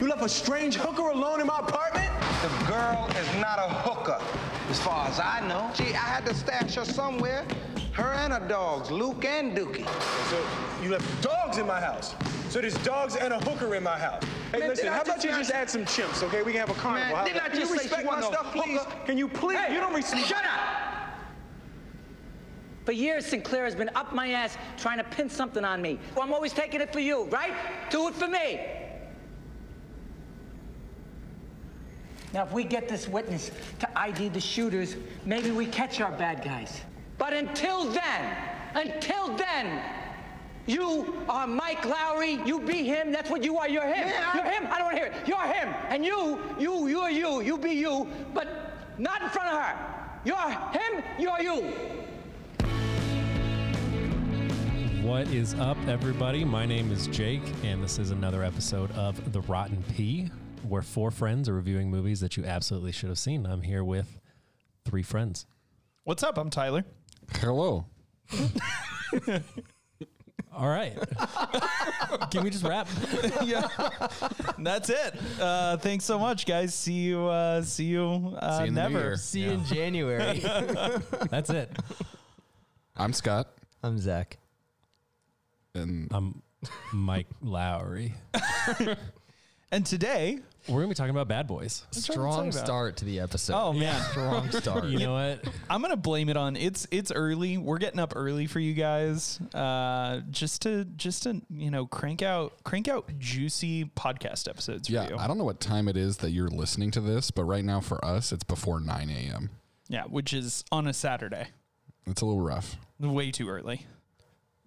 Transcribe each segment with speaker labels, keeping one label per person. Speaker 1: left a strange hooker alone in my apartment?
Speaker 2: The girl is not a hooker, as far as I know. Gee, I had to stash her somewhere. Her and her dogs, Luke and Dookie.
Speaker 3: So you left dogs in my house. So there's dogs and a hooker in my house. Hey,
Speaker 2: Man,
Speaker 3: listen,
Speaker 2: did I
Speaker 3: how about
Speaker 2: just
Speaker 3: you
Speaker 2: not-
Speaker 3: just add some chimps, okay? We can have a carnival.
Speaker 2: Man,
Speaker 3: How-
Speaker 2: didn't I
Speaker 3: Can you
Speaker 2: just say she
Speaker 3: respect my
Speaker 2: wasn't a
Speaker 3: stuff, please?
Speaker 2: hooker?
Speaker 3: Can you please? you don't respect.
Speaker 2: Shut up!
Speaker 4: For years, Sinclair has been up my ass trying to pin something on me. Well, I'm always taking it for you, right? Do it for me. Now, if we get this witness to ID the shooters, maybe we catch our bad guys. But until then, until then, you are Mike Lowry. You be him. That's what you are. You're him. you're him. I don't want to hear it. You're him. And you, you, you're you. You be you, but not in front of her. You're him. You're you.
Speaker 5: What is up, everybody? My name is Jake, and this is another episode of The Rotten Pea, where four friends are reviewing movies that you absolutely should have seen. I'm here with three friends.
Speaker 6: What's up? I'm Tyler.
Speaker 7: Hello.
Speaker 5: All right. Can we just wrap?
Speaker 6: yeah, that's it. Uh, thanks so much, guys. See you. Uh, see you. Uh,
Speaker 7: See you in the new
Speaker 6: never.
Speaker 7: year.
Speaker 8: See you in January.
Speaker 5: That's it.
Speaker 7: I'm Scott.
Speaker 8: I'm Zach.
Speaker 7: And
Speaker 5: I'm Mike Lowry.
Speaker 6: And today,
Speaker 5: We're going to be talking about bad boys.
Speaker 8: Strong start to the episode.
Speaker 6: oh man,
Speaker 8: strong start.
Speaker 5: You know what?
Speaker 6: I'm gonna blame it on it's it's early. We're getting up early for you guys, uh, just to just to you know crank out crank out juicy podcast episodes
Speaker 7: yeah,
Speaker 6: for you.
Speaker 7: I don't know what time it is that you're listening to this, but right now for us, it's before 9 a.m.
Speaker 6: yeah, which is on a Saturday,
Speaker 7: It's a little rough.
Speaker 6: way too early.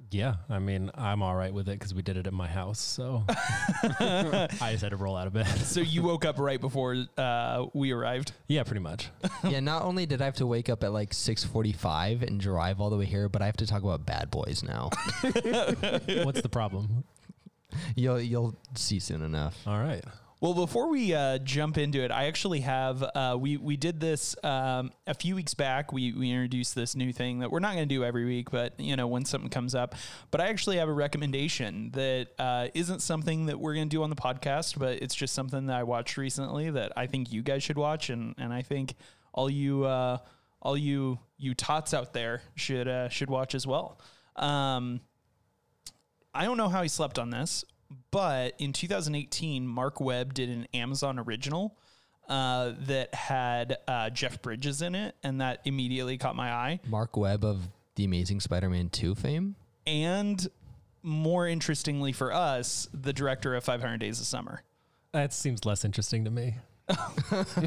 Speaker 5: Yeah. I mean, I'm all right with it because we did it at my house. So I just had to roll out of bed.
Speaker 6: So you woke up right before uh, we arrived.
Speaker 5: Yeah, pretty much.
Speaker 8: yeah, not only did I have to wake up at like 6:45 and drive all the way here, but I have to talk about Bad Boys now.
Speaker 5: What's the problem?
Speaker 8: you'll you'll see soon enough.
Speaker 5: All right.
Speaker 6: Well, before we uh, jump into it, I actually have uh, we we did this um, a few weeks back. We we introduced this new thing that we're not going to do every week, but you know when something comes up. But I actually have a recommendation that uh, isn't something that we're going to do on the podcast, but it's just something that I watched recently that I think you guys should watch, and and I think all you uh, all you you tots out there should uh, should watch as well. Um, I don't know how he slept on this, but in 2018, Mark Webb did an Amazon original uh, that had uh, Jeff Bridges in it, and that immediately caught my eye.
Speaker 8: Mark Webb of The Amazing Spider-Man 2 fame.
Speaker 6: And more interestingly for us, the director of 500 Days of Summer.
Speaker 5: That seems less interesting to me.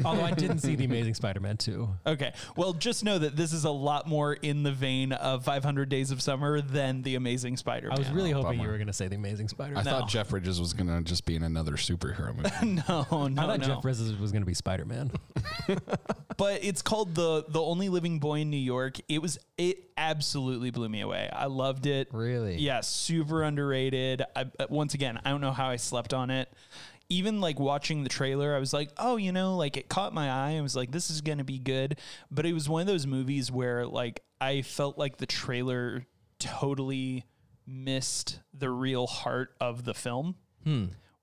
Speaker 5: Although I didn't see The Amazing Spider Man 2.
Speaker 6: Okay, well, just know that this is a lot more in the vein of 500 Days of Summer than The Amazing Spider-Man.
Speaker 5: I was really hoping you were going to say The Amazing Spider Man.
Speaker 7: I thought Jeff Bridges was going to just be in another superhero movie.
Speaker 6: no, no,
Speaker 5: I thought
Speaker 6: no.
Speaker 5: Jeff Bridges was going to be Spider Man.
Speaker 6: but it's called the the only living boy in New York. It was it absolutely blew me away. I loved it.
Speaker 8: Really?
Speaker 6: Yeah, super underrated. I, uh, once again, I don't know how I slept on it. Even like watching the trailer, I was like, oh, you know, like it caught my eye. I was like, this is gonna be good. But it was one of those movies where like I felt like the trailer totally missed the real heart of the film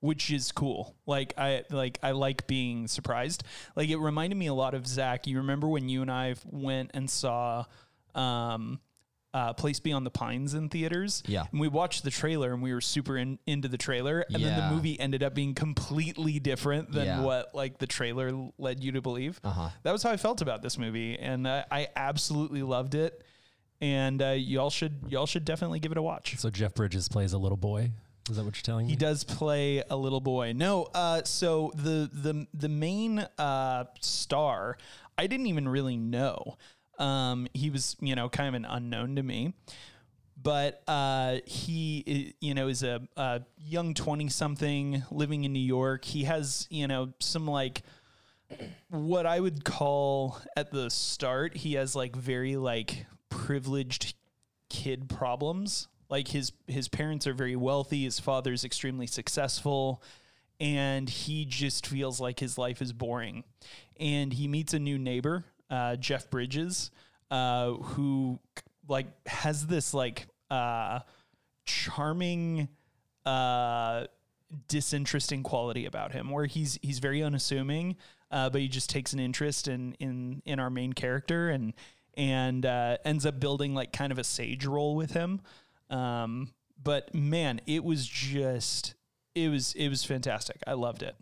Speaker 6: which is cool. Like I like I like being surprised. Like it reminded me a lot of Zach. You remember when you and I went and saw um uh, Place Beyond the Pines in theaters.
Speaker 8: Yeah.
Speaker 6: And we watched the trailer and we were super in, into the trailer. And then
Speaker 8: Yeah.
Speaker 6: the movie ended up being completely different than
Speaker 8: Yeah.
Speaker 6: what like the trailer led you to believe. Uh-huh. That was how I felt about this movie. And uh, I absolutely loved it. And uh, y'all should y'all should definitely give it a watch.
Speaker 5: so Jeff Bridges plays a little boy. Is that what you're telling me?
Speaker 6: He does play a little boy. No, uh, so the the the main uh, star, I didn't even really know. Um, he was you know kind of an unknown to me, but uh, he i- you know is a, a young twenty something living in New York. He has you know some like what I would call at the start, he has like very like privileged kid problems. Like his his parents are very wealthy, his father's extremely successful, and he just feels like his life is boring. And he meets a new neighbor, uh, Jeff Bridges, uh, who like has this like uh, charming uh disinteresting quality about him, where he's he's very unassuming, uh, but he just takes an interest in in in our main character and and uh, ends up building like kind of a sage role with him. Um, but man, it was just it was it was fantastic. I loved it.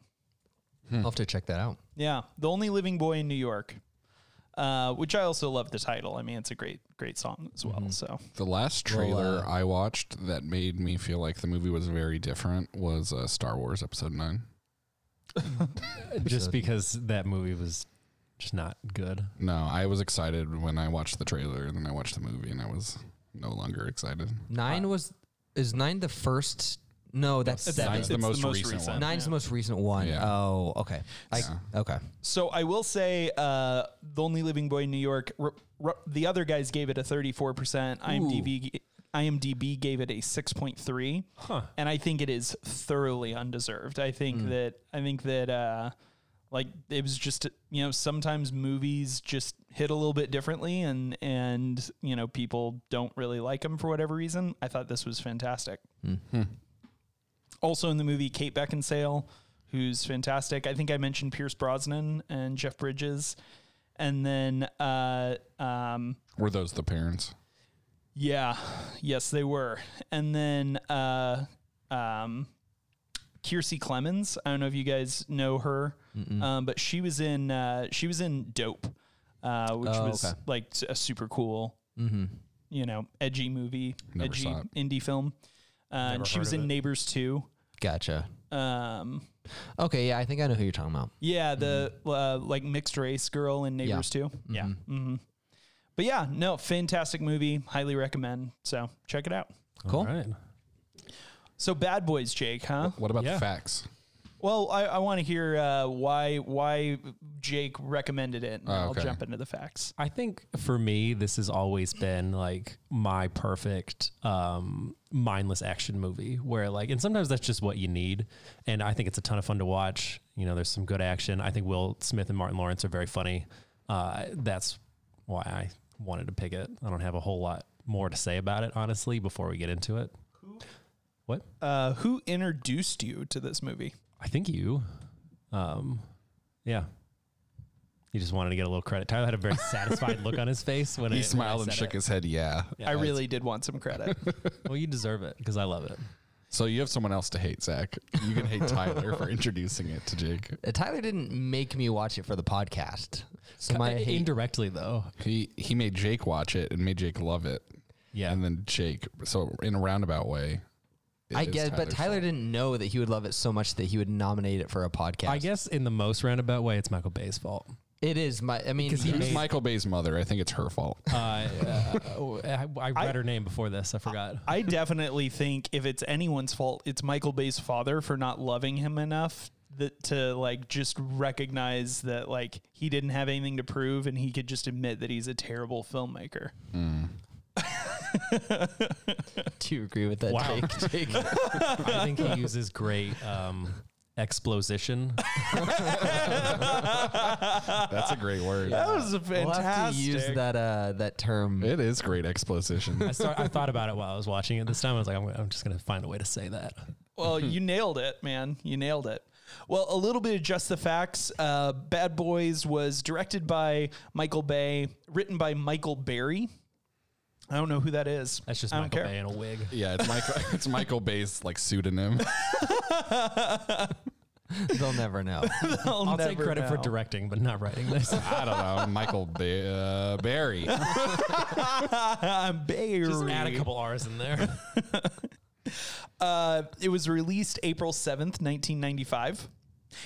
Speaker 8: I'll have to check that out.
Speaker 6: Yeah, the only living boy in New York, uh, which I also love the title. I mean, it's a great great song as well. So
Speaker 7: The last trailer
Speaker 5: uh,
Speaker 7: I watched that made me feel like the movie was very different was uh, Star Wars Episode 9.
Speaker 5: just because that movie was just not good.
Speaker 7: No, I was excited when I watched the trailer and then I watched the movie and I was no longer excited.
Speaker 5: Mm.
Speaker 8: Nine was is nine the first? No, that's seven.
Speaker 7: Nine's the
Speaker 6: it's
Speaker 7: most, recent, one.
Speaker 8: Nine's the most recent one.
Speaker 7: Yeah.
Speaker 8: Oh, okay. I, Okay.
Speaker 6: So I will say, uh, the only living boy in New York. R- r- the other guys gave it a thirty-four percent. IMDb g- IMDb gave it a six point three, and I think it is thoroughly undeserved. I think that I think that uh, like it was just you know sometimes movies just hit a little bit differently, and and you know people don't really like them for whatever reason. I thought this was fantastic. Also in the movie, Kate Beckinsale, who's fantastic. I think I mentioned Pierce Brosnan and Jeff Bridges, and then uh, um,
Speaker 7: Were those the parents?
Speaker 6: yeah, yes they were, and then uh, um, Kiersey Clemens. I don't know if you guys know her, um, but she was in uh, she was in Dope, uh, which
Speaker 8: Oh,
Speaker 6: was
Speaker 8: okay.
Speaker 6: like s- a super cool, you know, edgy movie,
Speaker 7: Mm-hmm. Never
Speaker 6: edgy
Speaker 7: saw it.
Speaker 6: indie film. Uh, and she was in Neighbors too.
Speaker 8: Gotcha.
Speaker 6: Um,
Speaker 8: Okay. Yeah, I think I know who you're talking about.
Speaker 6: Yeah, the uh, like mixed race girl in Neighbors too. Yeah.
Speaker 5: Mm-hmm.
Speaker 6: hmm But yeah, no, fantastic movie. Highly recommend. So check it out.
Speaker 8: Cool.
Speaker 5: All right.
Speaker 6: So Bad Boys, Jake, huh?
Speaker 7: What about
Speaker 5: Yeah.
Speaker 7: the facts?
Speaker 6: Well, I, I want to hear uh, why why Jake recommended it. And I'll
Speaker 7: okay.
Speaker 6: jump into the facts.
Speaker 5: I think for me, this has always been like my perfect um, mindless action movie where, like, and sometimes that's just what you need. And I think it's a ton of fun to watch. You know, there's some good action. I think Will Smith and Martin Lawrence are very funny. Uh, that's why I wanted to pick it. I don't have a whole lot more to say about it, honestly, before we get into it. What?
Speaker 6: Uh, who introduced you to this movie?
Speaker 5: I think you. Um, yeah. You just wanted to get a little credit. Tyler had a very satisfied look on his face when
Speaker 7: He
Speaker 5: I- when I
Speaker 7: smiled and
Speaker 5: said
Speaker 7: shook
Speaker 5: it.
Speaker 7: his head, yeah.
Speaker 6: I really did want some credit.
Speaker 5: Well, you deserve it because I love it.
Speaker 7: So you have someone else to hate, Zach. You can hate Tyler for introducing it to Jake.
Speaker 8: Uh, Tyler didn't make me watch it for the podcast. So my
Speaker 5: I-
Speaker 8: hate.
Speaker 5: indirectly though.
Speaker 7: He he made Jake watch it and made Jake love it.
Speaker 5: Yeah.
Speaker 7: And then Jake, so in a roundabout way. it
Speaker 8: I
Speaker 7: is
Speaker 8: guess, but
Speaker 7: Tyler's
Speaker 8: Tyler
Speaker 7: fault.
Speaker 8: didn't know that he would love it so much that he would nominate it for a podcast.
Speaker 5: I guess in the most roundabout way, it's Michael Bay's fault.
Speaker 8: it is my. I mean,
Speaker 7: It was
Speaker 8: yes.
Speaker 7: Michael Bay's mother. I think it's her fault.
Speaker 5: Uh, uh, oh, I, I read her name before this. I forgot.
Speaker 6: I definitely think if it's anyone's fault, it's Michael Bay's father for not loving him enough that to like just recognize that like he didn't have anything to prove and he could just admit that he's a terrible filmmaker.
Speaker 8: do you agree with that,
Speaker 5: Wow.
Speaker 8: Jake? Jake?
Speaker 5: I think he uses great um, exposition.
Speaker 7: That's a great word.
Speaker 6: That was a
Speaker 8: We'll have to use that uh, that term.
Speaker 7: It is great exposition.
Speaker 5: I, start, I thought about it while I was watching it this time. I was like, I'm, gonna- I'm just going to find a way to say that.
Speaker 6: Well, you nailed it, man. You nailed it. Well, a little bit of just the facts. Uh, Bad Boys was directed by Michael Bay, written by Michael Barry. I don't know who that is.
Speaker 5: That's just
Speaker 6: I don't
Speaker 5: Michael
Speaker 6: care.
Speaker 5: Bay in a wig.
Speaker 7: yeah, it's Michael. It's Michael Bay's like pseudonym.
Speaker 8: They'll never know.
Speaker 5: I'll take
Speaker 6: never
Speaker 5: credit for
Speaker 6: know.
Speaker 5: directing, but not writing this.
Speaker 7: I don't know. Michael Bay, uh, Barry.
Speaker 6: Barry.
Speaker 5: Just add a couple R's in there.
Speaker 6: Uh, it was released April 7th, 1995.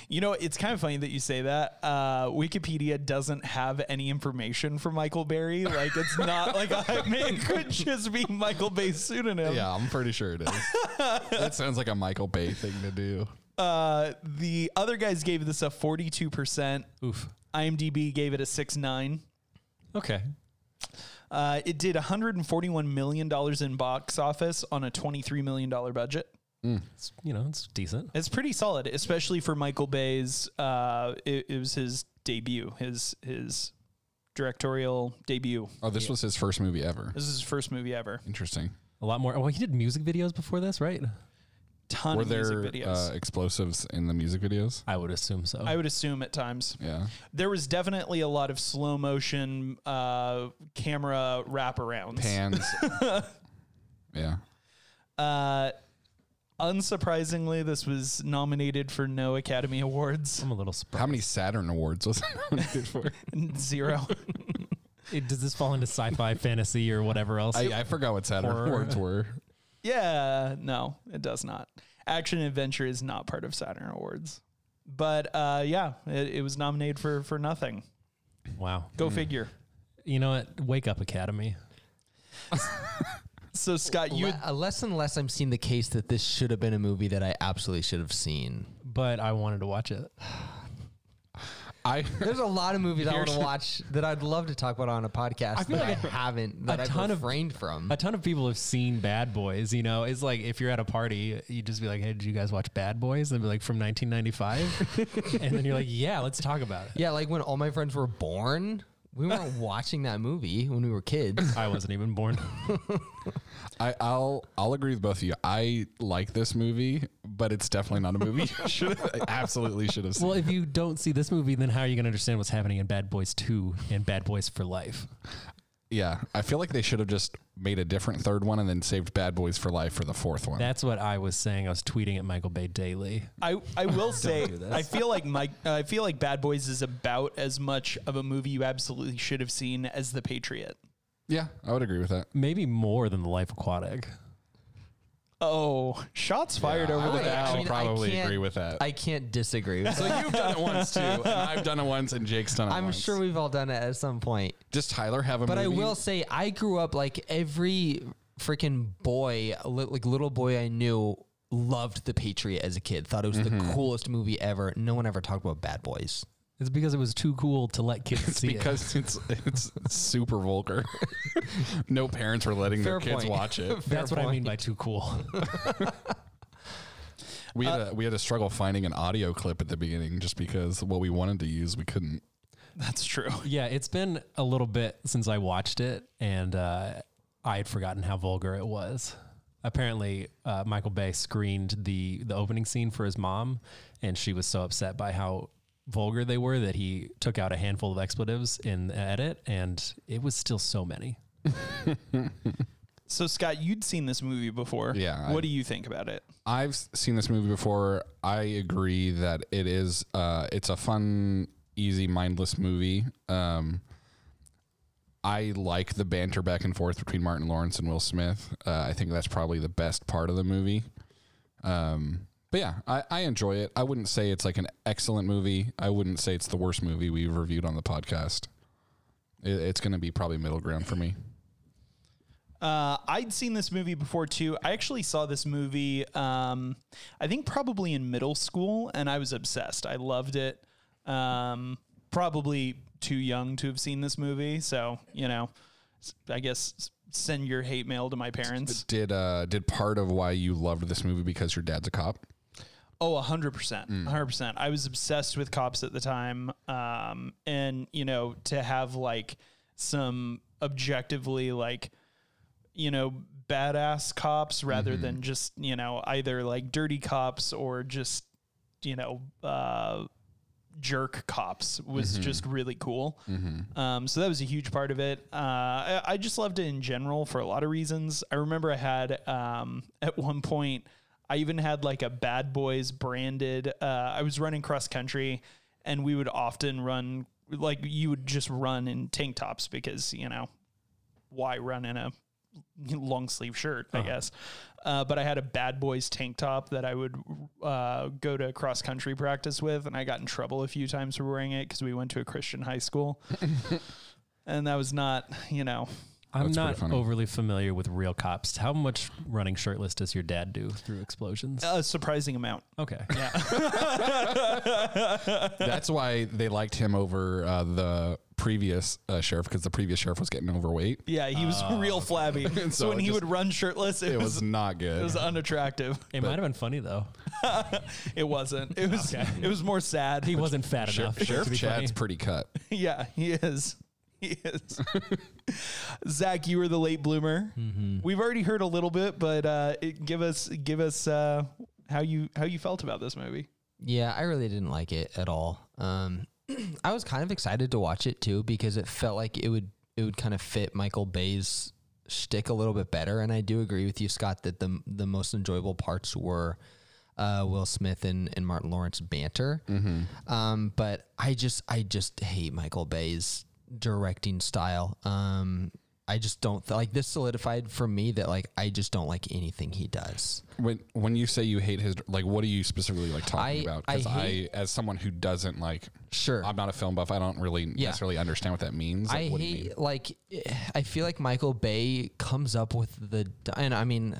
Speaker 6: You know, it's kind of funny that you say that. Uh, Wikipedia doesn't have any information for Michael Berry. Like, it's not like I mean, it could just be Michael Bay's pseudonym.
Speaker 7: Yeah, I'm pretty sure it is. that sounds like a Michael Bay thing to do.
Speaker 6: Uh, the other guys gave this a 42%.
Speaker 5: Oof.
Speaker 6: IMDb gave it a 6.9.
Speaker 5: Okay.
Speaker 6: Uh, it did $141 million in box office on a $23 million budget.
Speaker 5: It's, you know, it's decent.
Speaker 6: It's pretty solid, especially for Michael Bay's. Uh, it, it was his debut, his his directorial debut.
Speaker 7: Oh, this was his first movie ever.
Speaker 6: This is his first movie ever.
Speaker 7: Interesting.
Speaker 5: A lot more. Well, he did music videos before this, right?
Speaker 6: ton
Speaker 7: Were
Speaker 6: of music
Speaker 7: there
Speaker 6: videos.
Speaker 7: uh, explosives in the music videos?
Speaker 5: I would assume so.
Speaker 6: I would assume at times.
Speaker 7: Yeah.
Speaker 6: There was definitely a lot of slow motion uh, camera wraparounds.
Speaker 7: Pans. yeah.
Speaker 6: Uh, unsurprisingly, this was nominated for no Academy Awards.
Speaker 5: I'm a little surprised.
Speaker 7: How many Saturn awards was it nominated for?
Speaker 6: Zero.
Speaker 5: It- Does this fall into sci-fi, fantasy, or whatever else?
Speaker 7: I, I forgot what Saturn
Speaker 5: Horror.
Speaker 7: awards were.
Speaker 6: yeah, no, it does not. Action Adventure is not part of Saturn Awards. But uh, yeah, it, it was nominated for, for nothing.
Speaker 5: wow.
Speaker 6: Go
Speaker 7: Mm.
Speaker 6: figure.
Speaker 5: You know what? Wake up, Academy.
Speaker 6: So, Scott, you.
Speaker 8: Le- uh, less and less I'm seeing the case that this should have been a movie that I absolutely should have seen.
Speaker 5: But I wanted to watch it.
Speaker 7: I
Speaker 8: There's a lot of movies I want to
Speaker 7: Here's-
Speaker 8: watch that I'd love to talk about on a podcast
Speaker 5: I feel
Speaker 8: that
Speaker 5: like
Speaker 8: I haven't that
Speaker 5: a
Speaker 8: I've
Speaker 5: ton of-
Speaker 8: refrained from.
Speaker 5: A ton of people have seen Bad Boys. You know, it's like if you're at a party, you just be like, "Hey, did you guys watch Bad Boys?" And they'd be like, "From 1995," and then you're like, "Yeah, let's talk about it."
Speaker 8: Yeah, like when all my friends were born, we weren't watching that movie when we were kids.
Speaker 5: I wasn't even born.
Speaker 7: I, I'll I'll agree with both of you. I like this movie, but it's definitely not a movie you should I absolutely should have seen.
Speaker 5: well, if you don't see this movie, then how are you going to understand what's happening in Bad Boys 2 and Bad Boys for Life?
Speaker 7: yeah, I feel like they should have just made a different third one and then saved Bad Boys for Life for the fourth one.
Speaker 5: That's what I was saying. I was tweeting at Michael Bay daily.
Speaker 6: I, I will say I feel like Mike I feel like Bad Boys is about as much of a movie you absolutely should have seen as The Patriot.
Speaker 7: yeah, I would agree with that.
Speaker 5: Maybe more than The Life Aquatic.
Speaker 6: Oh, shots fired over the
Speaker 8: I
Speaker 6: bow.
Speaker 8: mean, I can't-
Speaker 7: that.
Speaker 8: I can't disagree. With
Speaker 7: so
Speaker 8: that.
Speaker 7: you've done it once too, and I've done it once, and Jake's done it.
Speaker 8: I'm
Speaker 7: once.
Speaker 8: sure we've all done it at some point.
Speaker 7: Does Tyler have a
Speaker 8: But I
Speaker 7: movie?
Speaker 8: will say, I grew up like every freaking boy, li- like little boy I knew, loved The Patriot as a kid. Thought it was the coolest movie ever. No one ever talked about Bad Boys.
Speaker 5: It's because it was too cool to let kids see it.
Speaker 7: because it's it's super vulgar. no parents were letting their
Speaker 8: Fair
Speaker 7: kids
Speaker 8: point.
Speaker 7: watch it.
Speaker 5: That's what I mean by too cool.
Speaker 7: We
Speaker 8: Uh,
Speaker 7: had a, we had a struggle finding an audio clip at the beginning just because what we wanted to use we couldn't.
Speaker 6: That's true.
Speaker 5: yeah, it's been a little bit since I watched it, and uh, I had forgotten how vulgar it was. Apparently, uh, Michael Bay screened the the opening scene for his mom, and she was so upset by how vulgar they were that he took out a handful of expletives in the edit, and it was still so many.
Speaker 6: So Scott, you'd seen this movie before.
Speaker 7: Yeah, I-
Speaker 6: What do you think about it?
Speaker 7: I've s- seen this movie before. I agree that it is uh, it's a fun, easy, mindless movie. Um, I like the banter back and forth between Martin Lawrence and Will Smith. Uh, I think that's probably the best part of the movie. Um, but yeah, I, I enjoy it. I wouldn't say it's like an excellent movie. I wouldn't say it's the worst movie we've reviewed on the podcast. It, it's going to be probably middle ground for me.
Speaker 6: Uh, I'd seen this movie before too. I actually saw this movie, um, I think probably in middle school, and I was obsessed. I loved it. Um, probably too young to have seen this movie, so you know, s- I guess s- send your hate mail to my parents.
Speaker 7: Did uh, did part of why you loved this movie because your dad's a cop?
Speaker 6: Oh, a hundred percent, a hundred percent. I was obsessed with cops at the time, um, and you know, to have like some objectively like, you know, badass cops rather than just you know either like dirty cops or just you know uh, jerk cops was just really cool. Um, so that was a huge part of it. Uh, I, I just loved it in general for a lot of reasons. I remember I had um, at one point, I even had like a Bad Boys branded. Uh, I was running cross country, and we would often run like you would just run in tank tops because you know why run in a long sleeve shirt, I guess. Uh, but I had a bad boys tank top that I would uh, go to cross country practice with, and I got in trouble a few times for wearing it because we went to a Christian high school, and that was not, you know,
Speaker 5: I'm
Speaker 7: That's pretty
Speaker 5: not
Speaker 7: funny.
Speaker 5: overly familiar with real cops. How much running shirtless does your dad do through explosions?
Speaker 6: a surprising amount.
Speaker 5: okay.
Speaker 7: That's why they liked him over uh, the previous uh, sheriff because the previous sheriff was getting overweight.
Speaker 6: Yeah, he was real flabby. so,
Speaker 7: So
Speaker 6: when
Speaker 7: it
Speaker 6: he
Speaker 7: just-
Speaker 6: would run shirtless, it,
Speaker 7: It
Speaker 6: was,
Speaker 7: was not good.
Speaker 6: it was unattractive.
Speaker 5: It might have been funny though.
Speaker 6: It wasn't. It was it was more sad.
Speaker 5: He wasn't fat
Speaker 7: Sher-
Speaker 5: enough.
Speaker 7: sheriff
Speaker 5: to be funny.
Speaker 7: Chad's pretty cut.
Speaker 6: Yeah, he is. He is. Zach, you were the late bloomer. We've already heard a little bit, but uh, it, give us give us uh, how you how you felt about this movie.
Speaker 8: Yeah, I really didn't like it at all. Um, I was kind of excited to watch it too because it felt like it would it would kind of fit Michael Bay's shtick a little bit better. And I do agree with you, Scott, that the the most enjoyable parts were uh, Will Smith and, and Martin Lawrence banter. Um, but I just I just hate Michael Bay's directing style. Um, I just don't like this solidified for me that like I just don't like anything he does.
Speaker 7: When when you say you hate his, like, what are you specifically like talking
Speaker 8: I-
Speaker 7: about?
Speaker 8: I
Speaker 7: Because I,
Speaker 8: hate-
Speaker 7: as someone who doesn't like,
Speaker 8: Sure.
Speaker 7: I'm not a film buff. I don't really necessarily understand what that means. Like,
Speaker 8: I
Speaker 7: what do you mean?
Speaker 8: hate like eh, I feel like Michael Bay comes up with the and I mean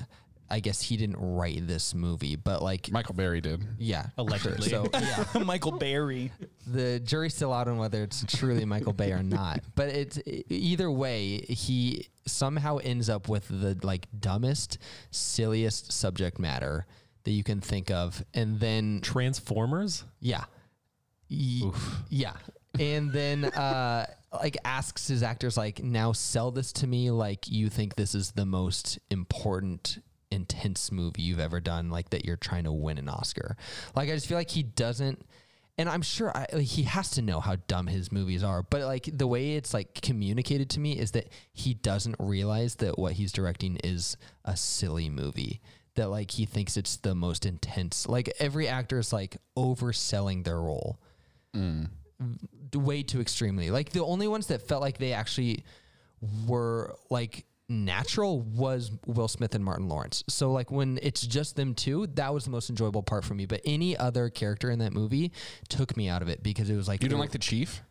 Speaker 8: I guess he didn't write this movie, but like
Speaker 7: Michael Berry did.
Speaker 8: yeah, sure.
Speaker 5: Allegedly.
Speaker 8: So yeah,
Speaker 6: Michael Barry.
Speaker 8: the jury's still out on whether it's truly Michael Bay or not. But it's e, either way, he somehow ends up with the like dumbest, silliest subject matter that you can think of, and then
Speaker 5: Transformers?
Speaker 8: yeah. Ye- Yeah. And then uh like asks his actors like now sell this to me like you think this is the most important intense movie you've ever done like that you're trying to win an Oscar. Like I just feel like he doesn't and I'm sure I, like, he has to know how dumb his movies are, but like the way it's like communicated to me is that he doesn't realize that what he's directing is a silly movie. That like he thinks it's the most intense. Like every actor is like overselling their role d- way too extremely. Like the only ones that felt like they actually were like natural was Will Smith and Martin Lawrence. So like when it's just them two, that was the most enjoyable part for me. But any other character in that movie took me out of it because it was like
Speaker 7: You didn't like the chief?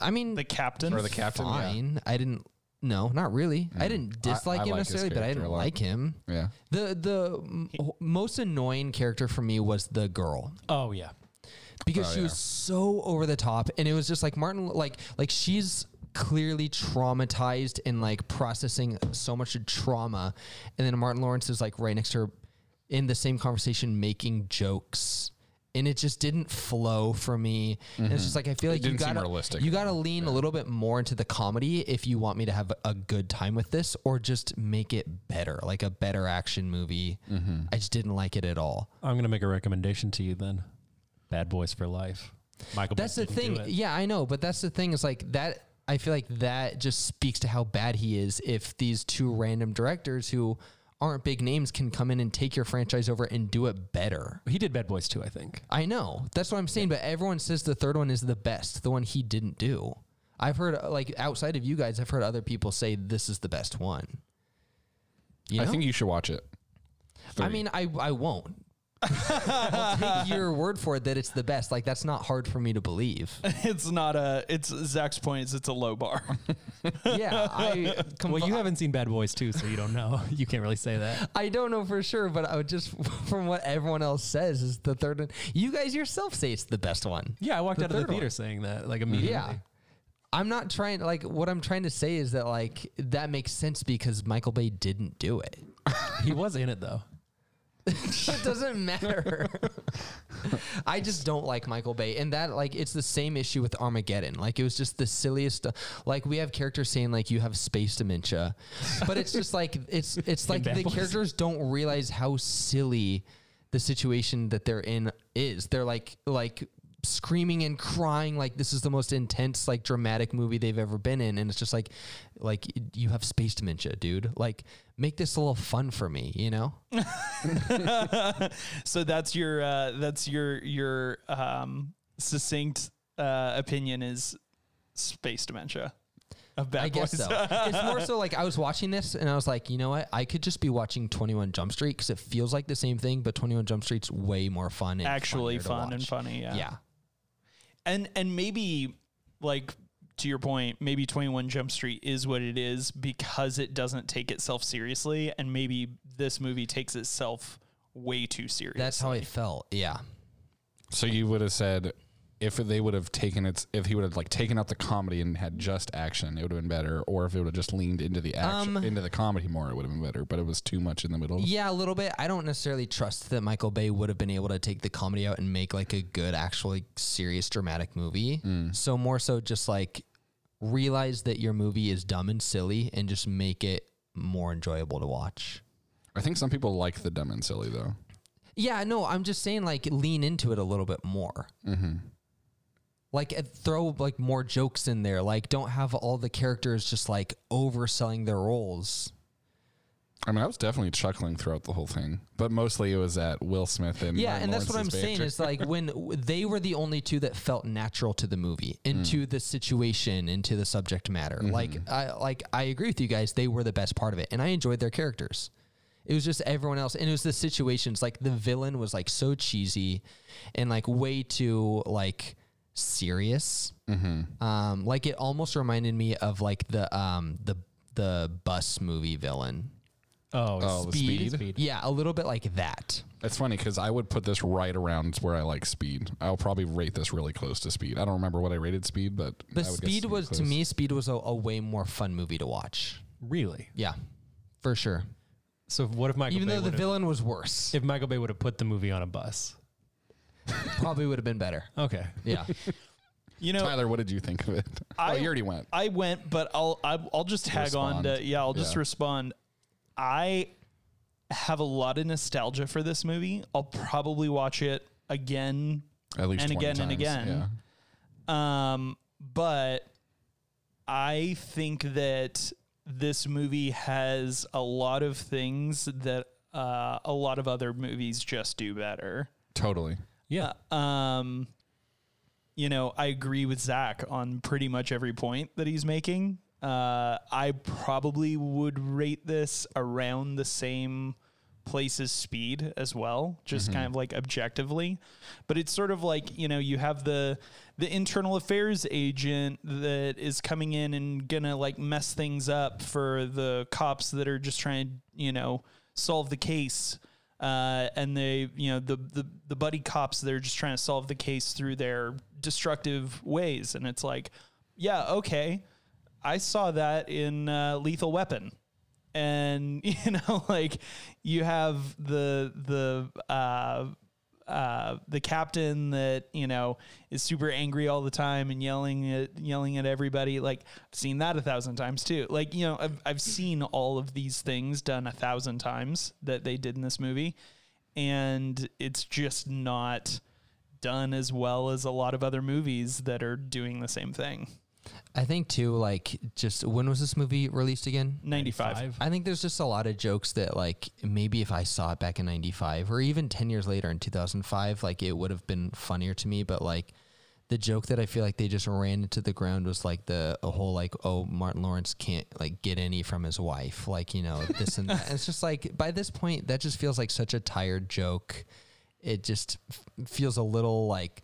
Speaker 8: I mean
Speaker 6: The captain.
Speaker 7: Or the captain? yeah.
Speaker 8: fine. I didn't no, not really. I didn't dislike
Speaker 7: Mm. I
Speaker 8: him
Speaker 7: like his
Speaker 8: necessarily, but I
Speaker 7: character
Speaker 8: didn't
Speaker 7: a lot.
Speaker 8: like him.
Speaker 7: Yeah.
Speaker 8: The the m- most annoying character for me was the girl
Speaker 5: Oh yeah.
Speaker 8: because
Speaker 7: Oh,
Speaker 8: she was so over the top and it was just like martin like like she's clearly traumatized and like processing so much trauma and then martin lawrence is like right next to her in the same conversation making jokes and it just didn't flow for me. And it's just like I feel like you
Speaker 7: Mm-hmm. didn't seem
Speaker 8: gotta
Speaker 7: realistic
Speaker 8: you
Speaker 7: at
Speaker 8: gotta lean a little bit more into the comedy if you want me to have a good time with this, or just make it better, like a better action movie.
Speaker 7: Mm-hmm.
Speaker 8: I just didn't like it at all.
Speaker 5: I'm gonna make a recommendation to you then. Bad Boys for Life. Michael. Bay
Speaker 8: That's the
Speaker 5: didn't do
Speaker 8: thing.
Speaker 5: it.
Speaker 8: Yeah, I know, but that's the thing is like that I feel like that just speaks to how bad he is if these two random directors who aren't big names can come in and take your franchise over and do it better.
Speaker 5: He did Bad Boys too, I think.
Speaker 8: I know. That's what I'm saying, but everyone says the third one is the best, the one he didn't do. I've heard uh, like outside of you guys, I've heard other people say this is the best one. You
Speaker 7: I
Speaker 8: know?
Speaker 7: think you should watch it.
Speaker 8: I mean, I I won't. I'll take your word for it that it's the best. Like that's not hard for me to believe.
Speaker 6: It's not a. It's Zach's point. Is it's a low bar.
Speaker 8: Yeah, I
Speaker 5: well, you haven't seen Bad Boys too, so you don't know. you can't really say that.
Speaker 8: I don't know for sure, but I would just from what everyone else says is the third one. You guys yourself say it's the best one.
Speaker 5: Yeah, I walked out of the
Speaker 8: third one.
Speaker 5: theater saying that like immediately.
Speaker 8: Yeah. I'm not trying like what I'm trying to say is that like that makes sense because Michael Bay didn't do it.
Speaker 5: He was in it though.
Speaker 8: it doesn't matter. I just don't like Michael Bay, and that like it's the same issue with Armageddon. Like it was just the silliest. Like we have characters saying like you have space dementia, but it's just like it's it's like
Speaker 5: Bad
Speaker 8: the
Speaker 5: Boys.
Speaker 8: characters don't realize how silly the situation that they're in is. They're like like screaming and crying like this is the most intense like dramatic movie they've ever been in and it's just like like you have space dementia dude like make this a little fun for me you know
Speaker 6: so that's your. Uh, that's your your um, succinct uh, opinion is space dementia. Of bad
Speaker 8: I guess
Speaker 6: boys.
Speaker 8: so. it's more so like I was watching this and I was like, you know what? I could just be watching 21 Jump Street because it feels like the same thing, but 21 Jump Street's way more fun and
Speaker 6: Actually
Speaker 8: funnier to
Speaker 6: fun and
Speaker 8: watch.
Speaker 6: funny. Yeah.
Speaker 8: Yeah.
Speaker 6: and and maybe like to your point maybe 21 jump street is what it is because it doesn't take itself seriously and maybe this movie takes itself way too serious
Speaker 8: That's how it felt. Yeah.
Speaker 7: So you would have said if they would have taken its if he would have like taken out the comedy and had just action, it would have been better. Or if it would have just leaned into the action into the comedy more, it would have been better. But it was too much in the middle.
Speaker 8: Um, Yeah, a little bit. I don't necessarily trust that Michael Bay would have been able to take the comedy out and make like a good, actually serious, dramatic movie. So more so just like realize that your movie is dumb and silly and just make it more enjoyable to watch.
Speaker 7: I think some people like the dumb and silly though.
Speaker 8: Yeah, no, I'm just saying like lean into it a little bit more. Mm-hmm. Like uh, throw like more jokes in there. Like don't have all the characters just like overselling their roles.
Speaker 7: I mean, I was definitely chuckling throughout the whole thing, but mostly it was at Will Smith and
Speaker 8: Yeah,
Speaker 7: Martin
Speaker 8: and that's what I'm
Speaker 7: Lawrence's
Speaker 8: saying
Speaker 7: banter.
Speaker 8: is like when w- they were the only two that felt natural to the movie,
Speaker 7: Mm.
Speaker 8: into the situation, into the subject matter.
Speaker 7: Mm-hmm.
Speaker 8: Like I like I agree with you guys, they were the best part of it and I enjoyed their characters. It was just everyone else and it was the situations like the villain was like so cheesy and like way too like serious.
Speaker 7: Mm-hmm.
Speaker 8: Um like it almost reminded me of like the um the the bus movie villain.
Speaker 5: Oh,
Speaker 7: Oh, the speed.
Speaker 8: Yeah, a little bit like that.
Speaker 7: It's funny because I would put this right around where I like speed. I'll probably rate this really close to speed. I don't remember what I rated speed, but I would
Speaker 8: But
Speaker 7: guess
Speaker 8: Speed was to
Speaker 7: close.
Speaker 8: me, Speed was a, a way more fun movie to watch.
Speaker 5: really?
Speaker 8: Yeah, for sure.
Speaker 5: So what if Michael
Speaker 8: Even
Speaker 5: Bay
Speaker 8: though the
Speaker 5: would've-
Speaker 8: villain was worse, it
Speaker 5: if Michael Bay would have put the movie on a bus?
Speaker 8: probably would have been better.
Speaker 5: Okay.
Speaker 8: Yeah,
Speaker 6: You know,
Speaker 7: Tyler, what did you think of it? oh, you already went.
Speaker 6: I went, but I'll I, I'll just tag on to
Speaker 7: Respond.
Speaker 6: yeah. I'll just
Speaker 7: Yeah.
Speaker 6: respond. I have a lot of nostalgia for this movie. I'll probably watch it again
Speaker 7: At least
Speaker 6: and
Speaker 7: 20
Speaker 6: again and
Speaker 7: times.
Speaker 6: again.
Speaker 7: Yeah.
Speaker 6: Um, but I think that this movie has a lot of things that uh, a lot of other movies just do better.
Speaker 7: Totally.
Speaker 5: Yeah.
Speaker 6: Um, you know, I agree with Zach on pretty much every point that he's making. Uh, I probably would rate this around the same place as speed as well, just kind of like objectively. But it's sort of like, you know, you have the the internal affairs agent that is coming in and gonna like mess things up for the cops that are just trying to, you know, solve the case uh, and they, you know, the, the the buddy cops, they're just trying to solve the case through their destructive ways, and it's like, yeah, okay, I saw that in uh, Lethal Weapon, and you know, like you have the the uh, uh, the captain that you know is super angry all the time and yelling at yelling at everybody. Like I've seen that a thousand times too. Like you know I've I've seen all of these things done a thousand times that they did in this movie, and it's just not done as well as a lot of other movies that are doing the same thing.
Speaker 8: I think too. Like, just when was this movie released again?
Speaker 6: Ninety five.
Speaker 5: Five.
Speaker 8: I think there's just a lot of jokes that like maybe if I saw it back in 95 or even 10 years later in 2005 like it would have been funnier to me but like the joke that I feel like they just ran into the ground was like the a whole like oh Martin Lawrence can't like get any from his wife like you know this and that it's just like by this point that just feels like such a tired joke it just f- feels a little like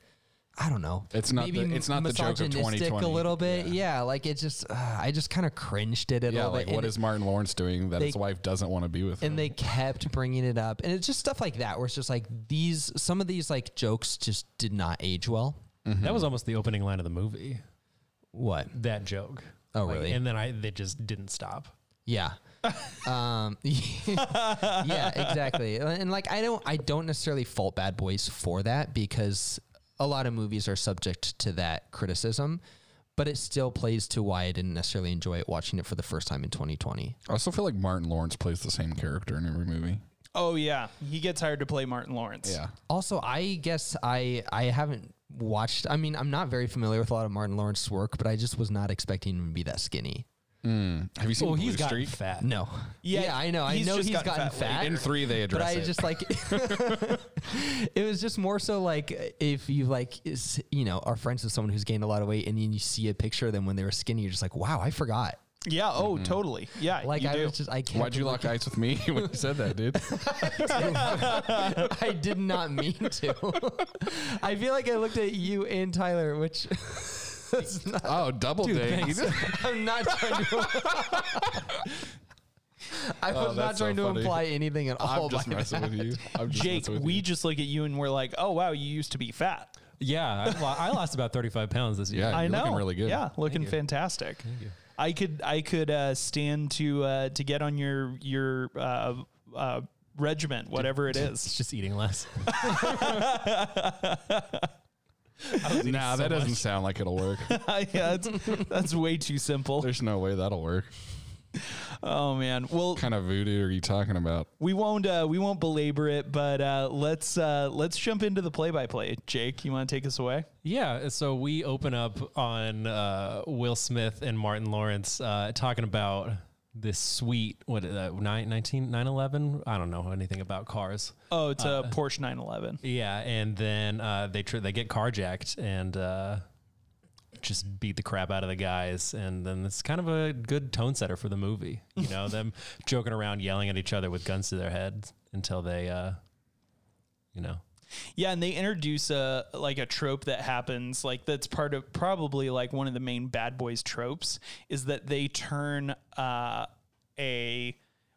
Speaker 8: I don't know.
Speaker 7: It's not the- it's not the joke of
Speaker 8: misogynistic
Speaker 7: 2020.
Speaker 8: A little bit, yeah. like it just, uh, I just kind of cringed at it a
Speaker 7: Yeah.
Speaker 8: little
Speaker 7: Like,
Speaker 8: bit.
Speaker 7: what
Speaker 8: And
Speaker 7: is Martin Lawrence doing that his
Speaker 8: they-
Speaker 7: wife doesn't want to be with? him?
Speaker 8: and they kept bringing it up and it's just stuff like that where it's just like these some of these like jokes just did not age well
Speaker 7: Mm-hmm.
Speaker 5: That was almost the opening line of the movie.
Speaker 8: what
Speaker 5: That joke.
Speaker 8: Oh,
Speaker 5: Like,
Speaker 8: really?
Speaker 5: and then I they just didn't stop.
Speaker 8: yeah um yeah exactly and like i don't i don't necessarily fault bad boys for that because a lot of movies are subject to that criticism but it still plays to why i didn't necessarily enjoy it watching it for the first time in 2020
Speaker 7: I also feel like Martin Lawrence plays the same character in every movie.
Speaker 6: Oh yeah, he gets hired to play Martin Lawrence.
Speaker 7: Yeah.
Speaker 8: Also, I guess I I haven't watched. I mean, I'm not very familiar with a lot of Martin Lawrence's work, but I just was not expecting him to be that skinny.
Speaker 7: Have you seen
Speaker 5: Well,
Speaker 7: Blue
Speaker 5: he's got
Speaker 7: Streak?
Speaker 5: fat.
Speaker 8: No.
Speaker 6: Yeah,
Speaker 8: Yeah, I know. I
Speaker 6: he's
Speaker 8: know
Speaker 6: just
Speaker 8: he's
Speaker 6: gotten
Speaker 8: gotten,
Speaker 6: fat
Speaker 8: fat.
Speaker 7: In three, they
Speaker 8: but
Speaker 7: address
Speaker 8: I
Speaker 7: it.
Speaker 8: just like it was just more so like if you like is you know are friends with someone who's gained a lot of weight and then you see a picture of them when they were skinny, you're just like, wow, I forgot.
Speaker 6: Yeah. Oh, totally. Yeah.
Speaker 8: Mm-hmm. Like
Speaker 6: you
Speaker 8: I
Speaker 6: do.
Speaker 8: was just I kept
Speaker 7: Why'd you lock eyes with me when you said that, dude?
Speaker 8: I did not mean to. I feel like I looked at you and Tyler, which that's not
Speaker 7: Oh, double date.
Speaker 8: I'm not trying to. I
Speaker 7: Oh,
Speaker 8: was not
Speaker 7: that's so
Speaker 8: trying to
Speaker 7: funny.
Speaker 8: imply anything at all.
Speaker 7: I'm just
Speaker 8: by
Speaker 7: messing
Speaker 8: that.
Speaker 7: with you. I'm just
Speaker 6: Jake,
Speaker 7: messing with
Speaker 6: we
Speaker 7: you.
Speaker 6: just look at you and we're like, oh wow, you used to be fat.
Speaker 5: Yeah, I, lo- I lost about 35 pounds this year.
Speaker 7: Yeah,
Speaker 6: I
Speaker 7: you're
Speaker 6: know.
Speaker 7: looking really good.
Speaker 6: Yeah, looking fantastic. Thank you. I could I could uh, stand to uh, to get on your your uh, uh, regiment, whatever it
Speaker 5: It's
Speaker 6: is.
Speaker 5: just eating less.
Speaker 7: Nah, that
Speaker 5: so
Speaker 7: doesn't
Speaker 5: much.
Speaker 7: sound like it'll work.
Speaker 6: yeah, that's, that's way too simple.
Speaker 7: There's no way that'll work.
Speaker 6: Oh man. Well,
Speaker 7: kind of voodoo are you talking about?
Speaker 6: we won't uh, we won't belabor it, but uh, let's uh, let's jump into the play by play. Jake, you want to take us away?
Speaker 5: Yeah, uh, so we open up on uh, Will Smith and Martin Lawrence uh, talking about this sweet what uh, 9, 19 911? I don't know anything about cars.
Speaker 6: Oh, it's
Speaker 7: Uh,
Speaker 6: a Porsche 911.
Speaker 5: Yeah, and then uh, they tr- they get carjacked and uh, just beat the crap out of the guys, and then it's kind of a good tone setter for the movie. You know, them joking around, yelling at each other with guns to their heads until they, uh, you know,
Speaker 6: Yeah, and they introduce a like a trope that happens, like that's part of probably like one of the main bad boys tropes is that they turn uh, a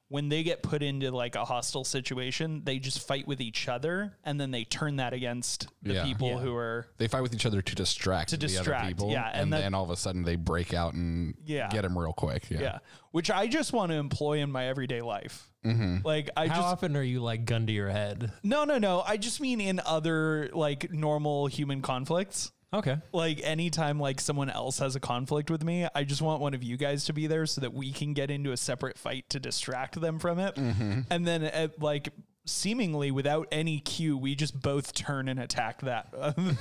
Speaker 6: when they get put into like a hostile situation, they just fight with each other, and then they turn that against the
Speaker 7: Yeah.
Speaker 6: people
Speaker 7: Yeah.
Speaker 6: who are
Speaker 7: They fight with each other to distract
Speaker 6: To
Speaker 7: the
Speaker 6: distract,
Speaker 7: other people.
Speaker 6: yeah, and
Speaker 7: and,
Speaker 6: that-
Speaker 7: then all of a sudden they break out and
Speaker 6: Yeah.
Speaker 7: get him real quick. Yeah.
Speaker 6: yeah, which I just want to employ in my everyday life.
Speaker 7: Mm-hmm.
Speaker 6: Like I
Speaker 5: how
Speaker 6: just
Speaker 5: often are you like gun to your head?
Speaker 6: no no no, I just mean in other like normal human conflicts.
Speaker 5: Okay,
Speaker 6: like anytime like someone else has a conflict with me i just want one of you guys to be there so that we can get into a separate fight to distract them from it and then at, like seemingly without any cue we just both turn and attack that,